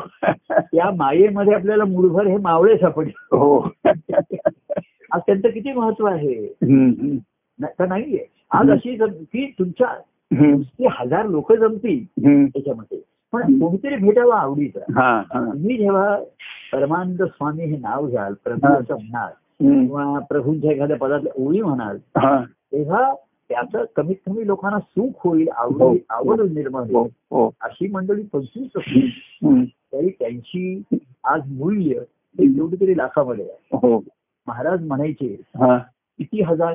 त्या मायेमध्ये आपल्याला मूडभर हे मावळे सापडले
हो
आज त्यांचं किती महत्व आहे
हम्म,
न- का नाहीये आज
हं.
अशी जम- की तुमच्या
हम्म,
ती हजार लोक जमतील
हम्म.
त्याच्यामध्ये पण कोणीतरी भेटावा आवडीचा
हा हा
तुम्ही जेव्हा परमानंद स्वामी हे नाव घ्याल प्रभू असं म्हणाल
हम्म,
किंवा प्रभूंच्या एखाद्या पदातल्या ओळी म्हणाल
हा
तेव्हा त्याचं कमीत कमी लोकांना सुख होईल
हो.
आवड आवड निर्माण
हो
होईल
हो
अशी मंडळी पंचवीस असतील
हम्म, हम्म.
तरी त्यांची आज मूल्य हे तेवढी तरी लाखामध्ये आहे
हो
महाराज म्हणायचे
हा
किती हजार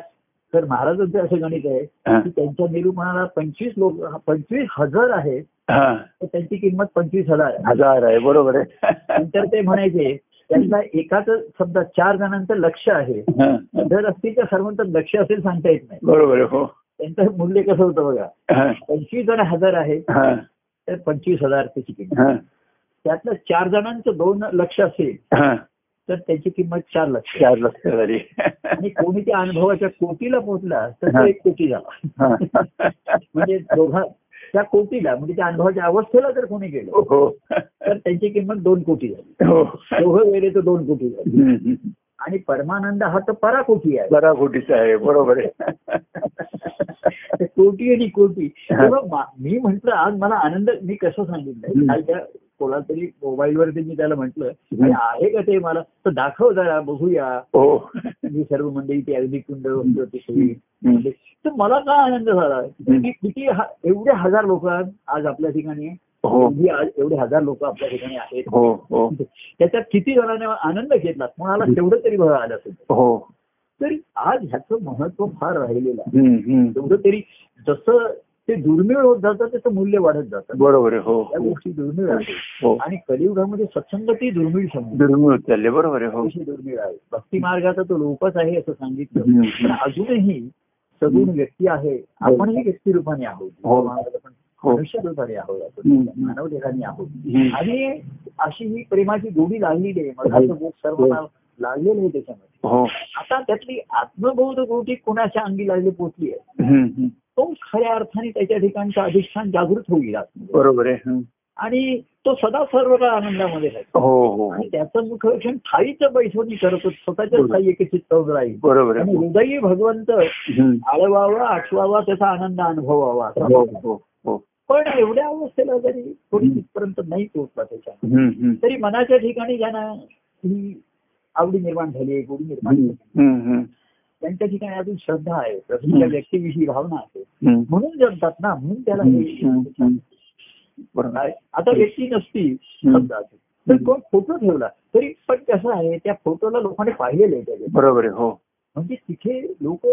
तर महाराजांचं असं गणित आहे
हा
की त्यांच्या निरूपणाला पंचवीस लोक पंचवीस हजार आहेत
हा.
तर त्यांची किंमत पंचवीस हजार आहे.
हजार आहे बरोबर आहे
नंतर ते म्हणायचे त्यांना एकाच समजा चार जणांचं लक्ष आहे
हा, हा.
जर असतील तर सर्वांचं लक्ष असेल सांगता येत नाही
बरोबर आहे हो
त्यांचं मूल्य कसं होतं बघा
हा,
पंचवीस जण हजार आहेत
हा,
तर पंचवीस हजार त्याची किंमत
हा,
त्यातलं चार जणांचं दोन लक्ष असेल
हा.
तर त्याची किंमत चार लक्ष
चार लक्ष झाली
आणि कोणी त्या अनुभवाच्या कोटीला पोहोचला तर
हा.
तो एक कोटी झाला
हा.
म्हणजे दोघा त्या कोटीला म्हणजे त्या अनुभवाच्या अवस्थेला जर कोणी गेलो
हो
तर त्यांची किंमत दोन कोटी झाली
हो
दोघं गेले तर दोन कोटी झाली
हम्म, हम्म.
आणि परमानंद हा तर परा कोटी आहे
बरा कोटीचा आहे बरोबर आहे
तर कोटी आणि कोटी
हा.
तेव्हा मा- मी म्हंटल आज मला आनंद मी कसं सांगितलं
हम्म.
काल त्या कोणाला तरी मोबाईलवरती मी त्याला
हम्म.
म्हंटल आहे का ते मला तर दाखव जरा बघूया
हो
मी सर्व मंडळी ती अगदी कुंड
हम्म.
होती
हम्म.
म्हणजे तर मला का आनंद झाला की किती हा- एवढे हजार लोक आज आपल्या ठिकाणी
हो
एवढी आज एवढे हजार लोक आपल्या ठिकाणी आहेत
हो हो
त्याच्यात किती जणांनी आनंद घेतला कोणाला तेवढं तरी भर आलं असेल
हो
तर आज ह्याचं महत्व फार राहिलेलं आहे
हम्म, हम्म.
तेवढं तरी जसं ते दुर्मिळ होत जातं त्याचं मूल्य वाढत जातं
बरोबर आहे हो
त्या गोष्टी दुर्मिळ आहेत
हो
आणि कलियुगामध्ये सत्संगती दुर्मिळ समजली
दुर्मिळ चालले बरोबर आहे हो
अतिशय दुर्मिळ आहे भक्ती मार्गाचा तो लोपच आहे असं सांगितलं
हम्म.
पण अजूनही सगुण व्यक्ती आहे आपणही व्यक्ती रूपाने आहोत
हो.
आपण
हो
मनुष्य रूपाने आहोत आपण
हम्म.
मानव देहाने आहोत
हम्म.
आणि अशी ही प्रेमाची गोडी लागलेली आहे मनाचं बोध सर्वांना लागलेलं आहे त्याच्यामध्ये
हो
आता त्यातली आत्मबोध गोटी कोणाच्या अंगी लागली पोचली आहे
हम्म, हम्म.
तो खऱ्या अर्थाने त्याच्या ठिकाणचा अधिष्ठान जागृत होईल आतमध्ये.
बरोबर आहे हम्म.
आणि तो सदा सर्व काळ आनंदामध्ये राहील
हो हो हो.
आणि त्याचं मुखरक्षण ठाईचं बैठवणी करतो स्वतःच्या
बरोबर.
ठाई एकचित करून राहील
बरोबर
आणि
आहे
हृदयी भगवंत
हम्म.
आळवावा आठवावा त्याचा आनंद अनुभवावा असं
हो
म्हणतात.
हो हो
पण एवढ्या अवस्थेला जरी थोडी
हं.
तिथपर्यंत नाही पोहोचला त्याच्या
हम्म, हम्म.
तरी मनाच्या ठिकाणी ज्यांना ही आवडी निर्माण झाली आहे गोडी निर्माण
हम्म,
झाली
हम्म,
त्यांच्या ठिकाणी अजून श्रद्धा आहे प्रभूच्या
हं.
व्यक्तीविषयी भावना आहे
हम्म.
म्हणून जमतात ना म्हणून त्याला हे-
हम्म, हम्म. बरोबर आहे.
काय? आता व्यक्ती नसती समजा अशी. तर कोण फोटो ठेवला तरी पण कसं आहे त्या फोटोला लोकांनी पाहिलेलं आहे त्याचे
बरोबर आहे हो
म्हणजे तिथे लोक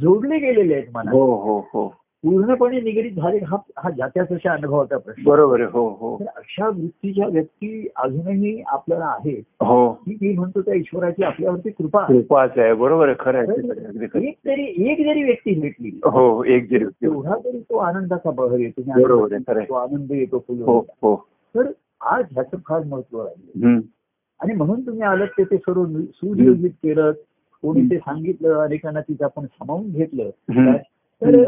जोडले गेलेले आहेत मला
हो हो हो
पूर्णपणे निगडीत झाले हा हा जात्याचा अनुभवाचा प्रश्न
बरोबर आहे हो हो
तर अशा वृत्तीच्या व्यक्ती अजूनही आपल्याला आहेत
हो
ही मी म्हणतो त्या ईश्वराची आपल्यावरती कृपा आहे.
कृपाच आहे बरोबर आहे खरं आहे
तर
ते. अगदी खरं.
एक तरी एक जरी व्यक्ती भेटली
हो एक जरी व्यक्ती.
तेवढा तरी तो आनंदाचा बहर येतो आणि
बरोबर आहे, खरं आहे.
तो आनंद येतो
हो
फुलून.
हो
तर आज ह्याचं फार महत्व आहे
हम्म.
आणि म्हणून तुम्ही आलात ते ते सर्व नि- सुनियोजित केलं कोणी ते सांगितलं अनेकांना तिथं आपण सामावून घेतलं
हम्म.
तर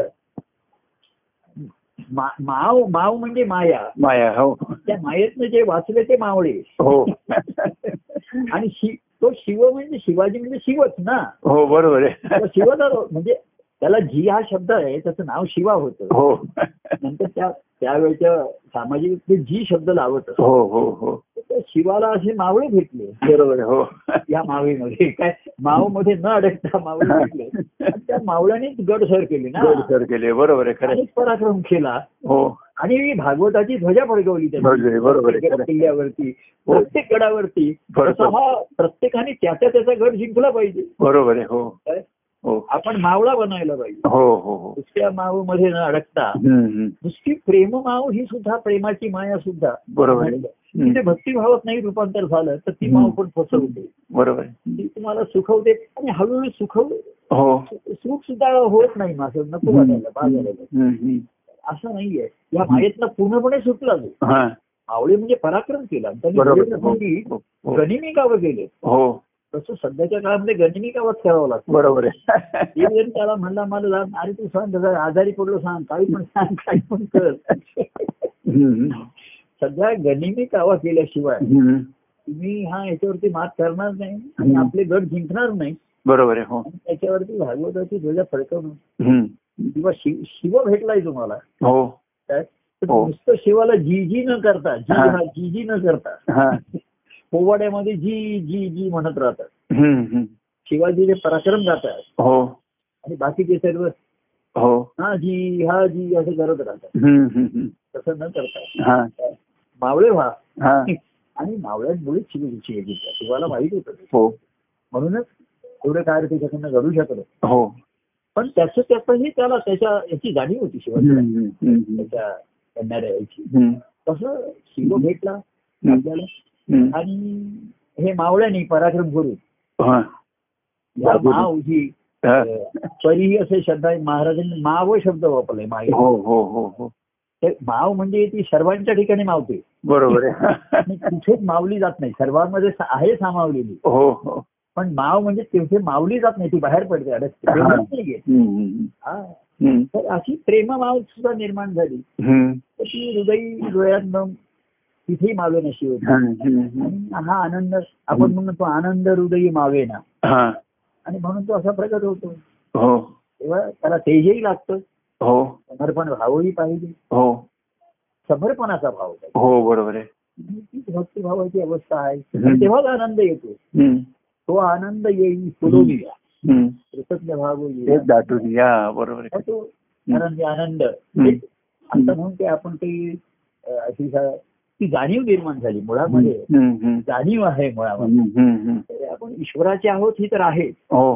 मा- माव माव म्हणजे माया
माया हो
त्या मायेतनं जे वाचले ते मावळे
हो
आणि शि- तो शिव म्हणजे शिवाजी म्हणजे शिवच ना
हो बरोबर
तो
आहे
शिवाचा रो- म्हणजे त्याला जी हा शब्द आहे त्याचं नाव शिवा होतं
हो
नंतर त्या त्यावेळच्या सामाजिक ते जी शब्द लावत असत
हो हो हो
तर त्या शिवाला असे मावळे भेटले
बरोबर आहे, हो
या मावळीमध्ये काय मावमध्ये न अडकता मावळे भेटले आणि त्या मावळ्यानेच गड सर केले
गोड
ना
सर केले बरोबर आहे खरं आहे.
आणि पराक्रम केला
हो
आणि भागवताची ध्वजा फडकवली त्यांनी.
बरोबर आहे, बरोबर आहे, खरं
प्रत्येक
आहे.
किल्ल्यावरती प्रत्येक गडावरती
बरोबर.
तसा हा प्रत्येकाने त्याचा त्याचा गड जिंकला पाहिजे
बरोबर आहे हो
काय?
हो
आपण मावळा बनायला पाहिजे
हो हो हो
नुसत्या माव मध्ये न अडकता
हम्म, हम्म.
नुसती प्रेम माव ही सुद्धा प्रेमाची माया सुद्धा
बरोबर आहे.
तिथे भक्तिभावात नाही रूपांतर झालं तर ती
हम्म.
माव पण फसवते
बरोबर आहे.
ती तुम्हाला सुखवते आणि हळूहळू सुखव
हो
सुख सुद्धा होत नाही माझं नको वाटायला बाद वाटायला.
हम्म, हम्म.
असं नाहीये या मायेतनं पूर्णपणे सुटला जो
हा
मावळे म्हणजे पराक्रम केला त्यांनी
बरोबर
विवेक
हो,
बुद्धी
हो, हो.
गनिमी गावं गेले
हो
तसं सध्याच्या काळामध्ये गनिमी गावात करावं लागतं
बरोबर आहे
एक जण त्याला म्हणला मला जाऊन, अरे तू सांग जरा आजारी पडलो सांग काही पण सांग काही पण कर
हम्म,
सध्या गनिमी कावा केल्याशिवाय
हम्म.
तुम्ही हा याच्यावरती मात करणार नाही आणि
हम्म.
आपले गट जिंकणार नाही
बरोबर आहे हो
आणि त्याच्यावरती भागवताची ध्वजा फडकवणं
हम्म.
किंवा शिव शिव भेटलाय तुम्हाला
हो
काय तर
हो.
नुसतं शिवाला जी जी न करता जी
हा.
हा जी जी न करता
हा
पोवाड्यामध्ये जी जी जी म्हणत राहतात
हम्म, हम्म.
शिवाजीचे पराक्रम गातात
हो
आणि बाकीचे सर्व
हो
हा जी हा जी असं करत राहतात
हम्म, हम्म, हम्म.
तसं न करता
हा
मावळे व्हा
हा
आणि मावळ्यांमुळेच शिवाजी शिवाजीचा शिवाला माहित होतं ते.
हो
म्हणूनच एवढं कार्य त्याच्याकडनं घडू शकलं
हो
पण त्याचं त्याचंही त्याला त्याच्या याची जाणीव होती शिवाजीला
हम्म, हम्म,
त्याच्या करणाऱ्या याची
हम्म.
तसं शिव भेटला
हम्म,
आपल्याला
हम्म.
आणि हे मावळ्यांनी पराक्रम करून
हा.
या माव ही
हा.
अं, परी असे शब्द आहे महाराजांनी माव शब्द वापरलाय माई
हो हो हो हो
तर माव म्हणजे ती सर्वांच्या ठिकाणी मावते
बरोबर आहे
आणि कुठेच मावली जात नाही सर्वांमध्ये सा- आहे सामावलेली
हो हो
पण माव म्हणजे तिथे मावली जात नाही ती बाहेर पडते अडकते
हा.
प्रेमात नाहीये.
हम्म, हम्म,
हा.
हम्म.
तर अशी प्रेम माव सुद्धा निर्माण झाली
हम्म.
तर ती हृदय डोळ्यात तिथेही मावे नशी होती
हा, हम्म, हम्म.
आणि हा आनंद आपण म्हणतो आनंद हृदयी मावे ना
हा.
आणि म्हणून तो असा प्रगट होतो
हो
तेव्हा त्याला तेजही लागतं
हो
समर्पण भावही पाहिजे
हो
समर्पणाचा भाव पाहिजे
हो बरोबर आहे
तीच भक्तिभावाची अवस्था आहे
हम्म.
तेव्हाच आनंद येतो
हम्म,
तो आनंद येईल फुलवूया
हम्म.
कृतज्ञ भाव
तेच दाटून या बरोबर आहे
तो आनंद आनंद
हम्म.
आता म्हणून ते आपण ते अं, अशी सा- ती जाणीव निर्माण झाली मुळामध्ये
हम्म, हम्म.
जाणीव आहे मुळामध्ये
म्हणजे हम्म, हम्म, हम्म.
तर आपण ईश्वराचे आहोत ही तर आहे
हो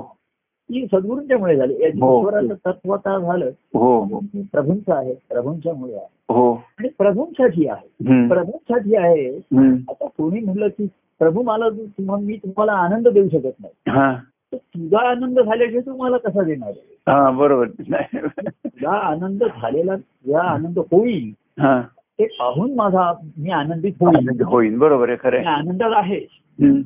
ती सद्गुरूंच्यामुळे झाली याचं
हो.
ईश्वराचं तत्वता झालं
हो हो
की प्रभूंचं आहे प्रभूंच्यामुळे आहे
हो
आणि प्रभूंसाठी आहे
हम्म,
प्रभूंसाठी आहे
हम्म.
आता कोणी म्हणलं की प्रभू मला तू- तुम्हा- मी तुम्हाला आनंद देऊ शकत नाही
हा
तर तुझा आनंद झाल्याशिवाय तू मला कसा देणार आहे?
हा बरोबर नाही.
तुझा आनंद झालेला तुझा आनंद होईल
हा
ते पाहून माझा मी आनंदित होईल
आनंद होईल बरोबर आहे खरं
मी
आहे.
आनंदात आहे
हम्म,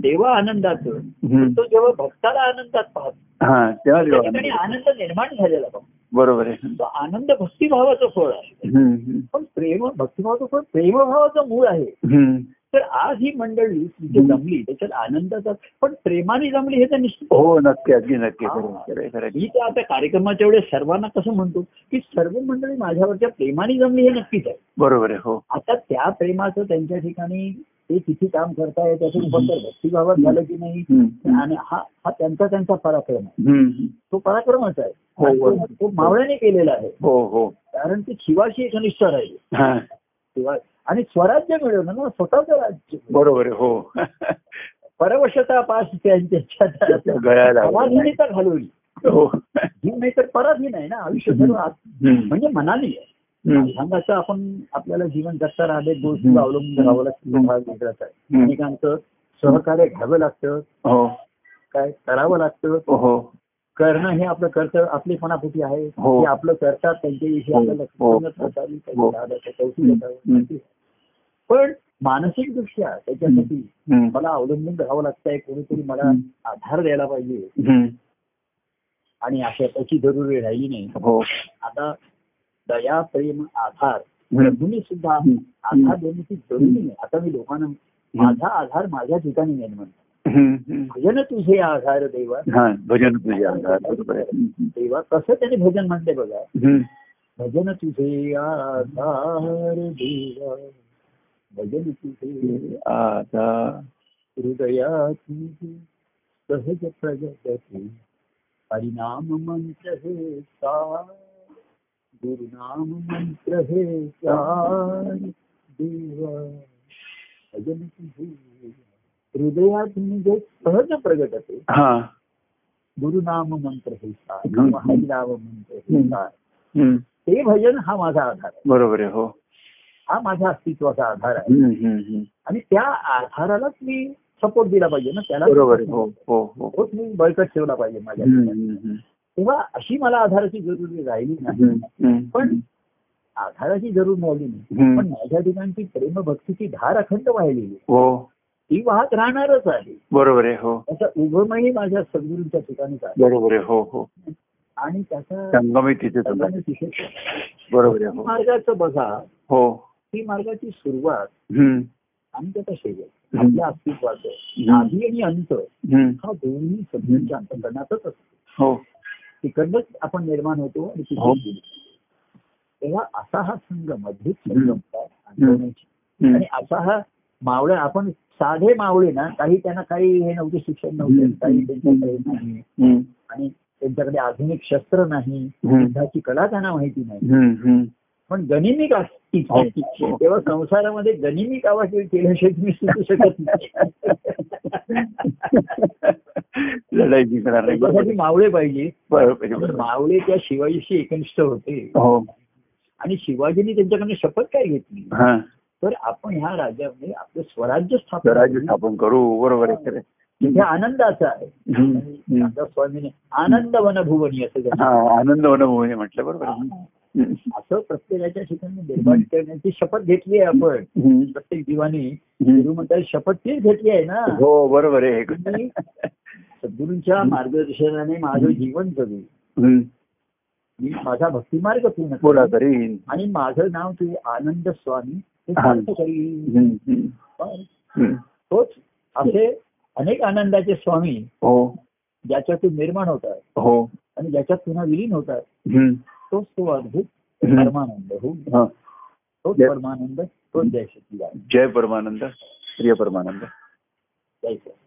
देवा आनंदाचं
हम्म.
तो जेव्हा भक्ताला आनंदात पाहतो
हा तेव्हा
त्या
देवा
ठिकाणी
आनंद.
आनंद निर्माण झालेला पाहतो
बरोबर आहे
तो आनंद भक्तिभावाचं फळ आहे
हम्म, हम्म.
पण प्रेम भक्तिभावाचं फळ प्रेमभावाचं मूळ आहे
हम्म.
तर आज ही मंडळी तिथे
हम्म.
जमली त्याच्यात आनंदाचा पण प्रेमाने जमली हे तर निश्चित
हो नक्की अगदी नक्की खरं आहे, खरं आहे, खरं आहे.
मी तर आता कार्यक्रमाच्या वेळेस सर्वांना कसं म्हणतो की सर्व मंडळी माझ्यावरच्या प्रेमाने जमली हे नक्कीच आहे
बरोबर आहे हो
आता त्या प्रेमाचं त्यांच्या ठिकाणी ते किती काम करताय त्याचं उपकार भक्तिभावात झालं की नाही
हम्म.
आणि हा हा त्यांचा त्यांचा पराक्रम आहे
हम्म.
तो पराक्रमच आहे
हो,
आणि
बरोबर.
तो- तो मावळ्याने केलेला आहे
हो हो
कारण ते शिवाशी एकनिष्ठ राहिले
हा
शिवा आणि स्वराज्य मिळवलं ना स्वतःच राज्य
बरोबर आहे हो
परवशता पास त्यांच्या
त्याच्या गळ्याला
पराधीनता घालवली
हो
जीव नाही तर पराधीन आहे ना आयुष्य सर्व आत-
हम्म.
म्हणजे मनाली आहे
हम्म.
सांगायचं आपण आपल्याला जीवन जगता राहिले गोष्टी
हम्म.
अवलंबून राहावं लागतं
हम्म.
भाग वेगळाच आहे
हम्म.
अनेकांचं सहकार्य घ्यावं लागतं
हो
काय करावं लागतं
हो
करणं हे आपलं कर्तव्य आपलेपणापोटी आहे
हो.
ते आपलं करतात त्यांच्याविषयी
हो.
आपल्याला
हो.
समजत असावी, त्यांची
हो.
आदर, कौतुक असावं.
हम्म.
पण मानसिकदृष्ट्या त्याच्यासाठी
हम्म.
मला अवलंबून राहावं लागतंय कोणीतरी मला
हम्म.
आधार द्यायला पाहिजे
हम्म.
आणि अशा त्याची जरुरी राहिली नाही
हो
आता दया प्रेम आधार
हम्म.
दोन्ही सुद्धा
हम्म.
आधार देण्याची जरुरी नाही आता मी लोकांना माझा आधार माझ्या ठिकाणी नाही म्हणतो
हम्म, हम्म.
भजन तुझे आधार देवा
हा भजन तुझे आधार बरोबर आहे हम्म,
देवा कसं त्याने भजन म्हणते बघा
हम्म.
भजन तुझे आधार देवा भजन तुझे
आता
हृदयाची सहज प्रगती हरिनाम मंत्र हे सार गुरुनाम मंत्र हे सार देवा भजन तुझे हृदयात म्हणजे सहज प्रगटते
हा
गुरुनाम मंत्र हे सार
हम्म.
किंवा हरिनाम मंत्र हे
हम्म.
सार
हम्म.
ते भजन हा माझा आधार आहे
बरोबर आहे हो
हा माझ्या अस्तित्वाचा आधार आहे
हम्म, हम्म, हम्म.
आणि त्या आधारालाच मी सपोर्ट दिला पाहिजे ना त्याला
बरोबर आहे हो हो हो
तोच मी बळकट ठेवला पाहिजे माझ्या
हम्म,
ठिकाणी.
हम्म, हम्म.
तेव्हा अशी मला आधाराची जरुरी राहिली
हम्म,
नाही
हम्म.
पण आधाराची जरूर राहिली नाही
हम्म.
पण माझ्या ठिकाणची प्रेमभक्तीची धार अखंड वाहिलेली आहे.
हो
ती वाहत राहणारच आहे
बरोबर आहे हो
त्याचा उगमही माझ्या सद्गुरूंच्या ठिकाणीच आहे
बरोबर आहे हो हो
आणि त्याचा
संगमी तिथे
सर्वांनी तिथे-
बरोबर आहे
ती
हो
मार्गाचं बघा
हो
ती मार्गाची सुरुवात
हम्म,
आणि त्याचा शेवट
हम्म.
आपल्या अस्तित्वाचं
हम्म.
आधी आणि अंत
हम्म.
हा दोन्ही सद्गुरूंच्या अंतकरणातच असतो
हो
तिकडनंच आपण निर्माण होतो आणि
हो.
तिकडे तेव्हा असा हा संघ मध्ये
हम्म. हम्म.
आणि असा हा मावळे आपण साधे मावळे ना काही त्यांना काही हे नव्हते शिक्षण नव्हते
हम्म.
काही त्यांच्याकडे नाही
हम्म,
आणि त्यांच्याकडे आधुनिक शस्त्र नाही
हम्म.
युद्धाची कला त्यांना माहिती नाही
हम्म, हम्म.
पण गनिमिक असती
हो.
तेव्हा संसारामध्ये गनिमिक आवाज केल्याशिवाय तुम्ही सुचू शकत नाही
लढाई जिंकणार नाही बरोबर
त्याच्यासाठी
आहे.
मावळे पाहिजे
बरोबर आहे,
आणि
बरोबर आहे.
मावळे त्या शिवाजीशी एकनिष्ठ होते
हो
आणि शिवाजीने त्यांच्याकडनं शपथ काय घेतली
हा
तर आपण ह्या राज्यामध्ये आपलं स्वराज्य स्थापन
स्वराज्य
करू.
स्थापन करू बरोबर आहे खरं
जिथे आनंदाचं आहे
हम्म,
Mm,
हम्म.
रामदास स्वामीने आनंद वनभुवनी असं त्यांचं.
हा आनंद वनभूमी म्हटलं बरोबर आहे. हम्म.
असं प्रत्येकाच्या ठिकाणी निर्माण करण्याची शपथ घेतली आहे आपण
हम्म,
प्रत्येक जीवाने
हम्म.
गुरु म्हणतात शपथ तीच घेतली आहे ना
हो बरोबर आहे
तुम्ही सद्गुरूंच्या मार्गदर्शनाने माझं जीवन जगू
हम्म.
मी माझा भक्तिमार्ग पूर्ण करू.
बोला करीन
आणि माझं नाव तुझे आनंद स्वामी हे
हा.
सार्थ करील.
हम्म, हम्म,
पण
हम्म.
तोच असे अनेक आनंदाचे स्वामी
हो
ज्याच्यातून निर्माण होतात
हो
आणि ज्याच्यात पुन्हा विलीन होतात
हम्म,
तोच तो अद्भुत
हम्म.
परमानंद हो
हा.
तोच
Yes.
परमानंद तोच जय शक्ती
जय परमानंद प्रिय परमानंद
जय शक्ती